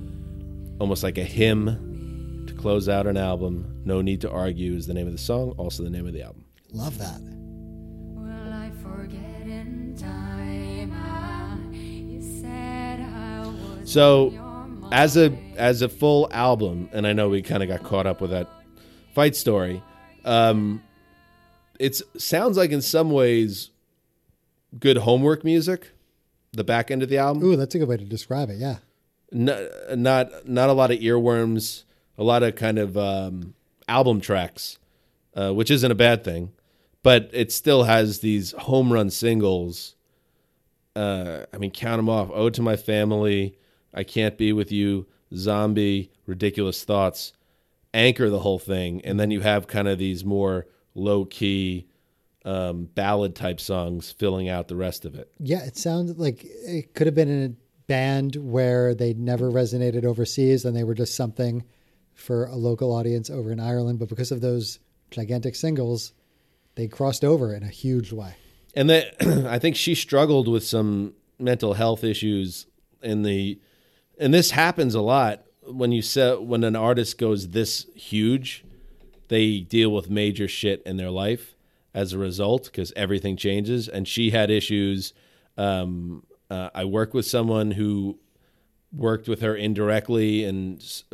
almost like a hymn to close out an album. No Need to Argue is the name of the song, also the name of the album. Love that. Will I forget in time? Ah, you said I was So, your mom. as a as a full album, and I know we kind of got caught up with that fight story. Um, it sounds like in some ways good homework music. The back end of the album, Ooh, that's a good way to describe it. Yeah. N- not not a lot of earworms, a lot of kind of um, album tracks, uh, which isn't a bad thing, but it still has these home run singles. Uh, I mean, count them off: "Ode to My Family," "I Can't Be with You," "Zombie," "Ridiculous Thoughts." Anchor the whole thing, and then you have kind of these more low key um, ballad type songs filling out the rest of it. Yeah, it sounds like it could have been in a band where they never resonated overseas and they were just something for a local audience over in Ireland. But because of those gigantic singles, they crossed over in a huge way. and that I think she struggled with some mental health issues in the and this happens a lot when you set when an artist goes this huge they deal with major shit in their life as a result because everything changes and she had issues um, uh, i work with someone who worked with her indirectly and s-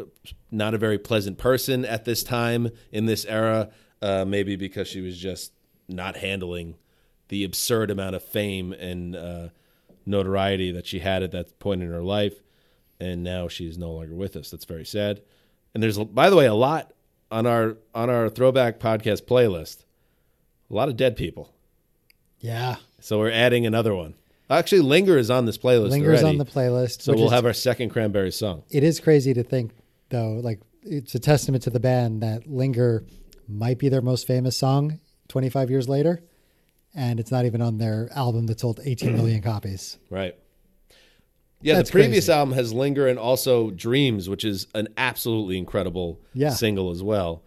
not a very pleasant person at this time in this era, uh, maybe because she was just not handling the absurd amount of fame and uh, notoriety that she had at that point in her life. And now she is no longer with us. That's very sad. And there's, by the way, a lot on our on our throwback podcast playlist. A lot of dead people. Yeah. So we're adding another one. Actually, Linger is on this playlist. Lingers on already. the playlist. So which we'll is- have our second cranberry song. it is crazy to think though like it's a testament to the band that linger might be their most famous song 25 years later and it's not even on their album that sold 18 million copies Right. Yeah, That's the previous crazy. album has Linger and also Dreams, which is an absolutely incredible Yeah. single as well.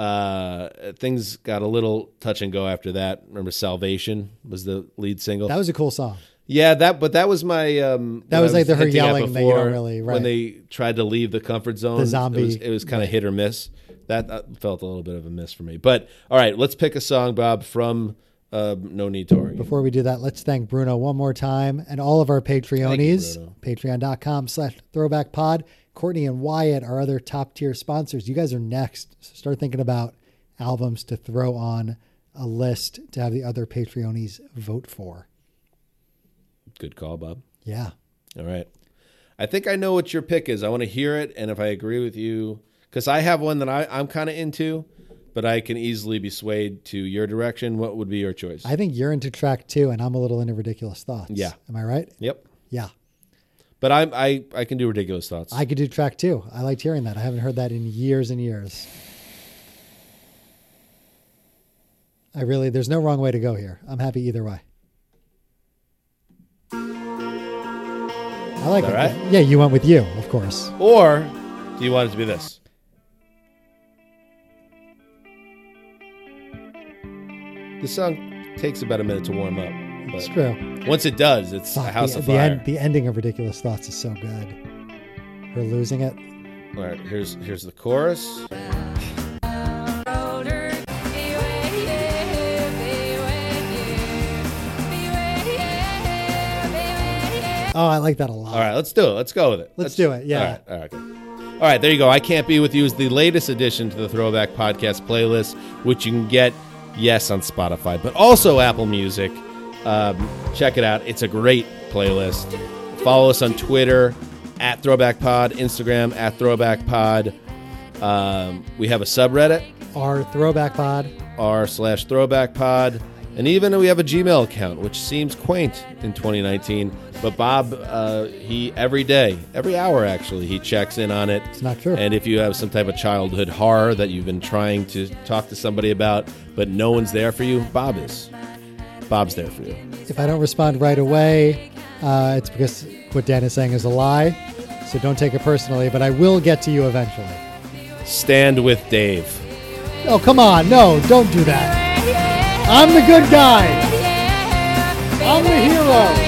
Uh, things got a little touch and go after that. Remember, Salvation was the lead single. that was a cool song yeah, that but that was my um, That what was I like the her hinting at yelling that you don't really- right. when they tried to leave the comfort zone. The it zombie- was, kind of hit or miss. That uh, felt a little bit of a miss for me. But all right, let's pick a song, Bob, from uh, No Need to Argue. before we do that let's thank bruno one more time and all of our patreonies Bruno. patreon.com slash throwback pod courtney and wyatt our other top tier sponsors you guys are next so start thinking about albums to throw on a list to have the other patreonies vote for Good call, Bob. yeah All right. I think I know what your pick is. I want to hear it, and if I agree with you, because I have one that I, I'm kind of into, but I can easily be swayed to your direction. What would be your choice? I think you're into track two, and I'm a little into ridiculous thoughts. Yeah. Am I right? yep. Yeah. But I'm, I I can do ridiculous thoughts. I could do track two. I liked hearing that. I haven't heard that in years and years. I really, there's no wrong way to go here. I'm happy either way. I like All it. right. Yeah, you went with you, of course. or do you want it to be this? The song takes about a minute to warm up. But It's true. Once it does, it's Fuck, a house the, of the, fire. end, the ending of Ridiculous Thoughts is so good. Her losing it. All right, here's here's the chorus. older. Be with you, be with you, be with you, be with you. Oh, I like that a lot. All right, let's do it. Let's go with it. Let's do it, yeah. All right. All right. good. All right, there you go. I Can't Be With You is the latest addition to the Throwback Podcast playlist, which you can get, yes, on Spotify, but also Apple Music. Um, check it out. It's a great playlist. Follow us on Twitter at Throwback Pod, Instagram at Throwback Pod. Um, we have a subreddit, Our throwback pod. r slash throwback pod. And even we have a Gmail account, which seems quaint in 2019. But Bob, uh, he every day, every hour actually, he checks in on it. It's not true. And if you have some type of childhood horror that you've been trying to talk to somebody about, but no one's there for you, Bob is. Bob's there for you. If I don't respond right away, uh, it's because what Dan is saying is a lie. So don't take it personally, but I will get to you eventually. Stand with Dave. Oh, come on. No, don't do that. I'm the good guy. I'm the hero.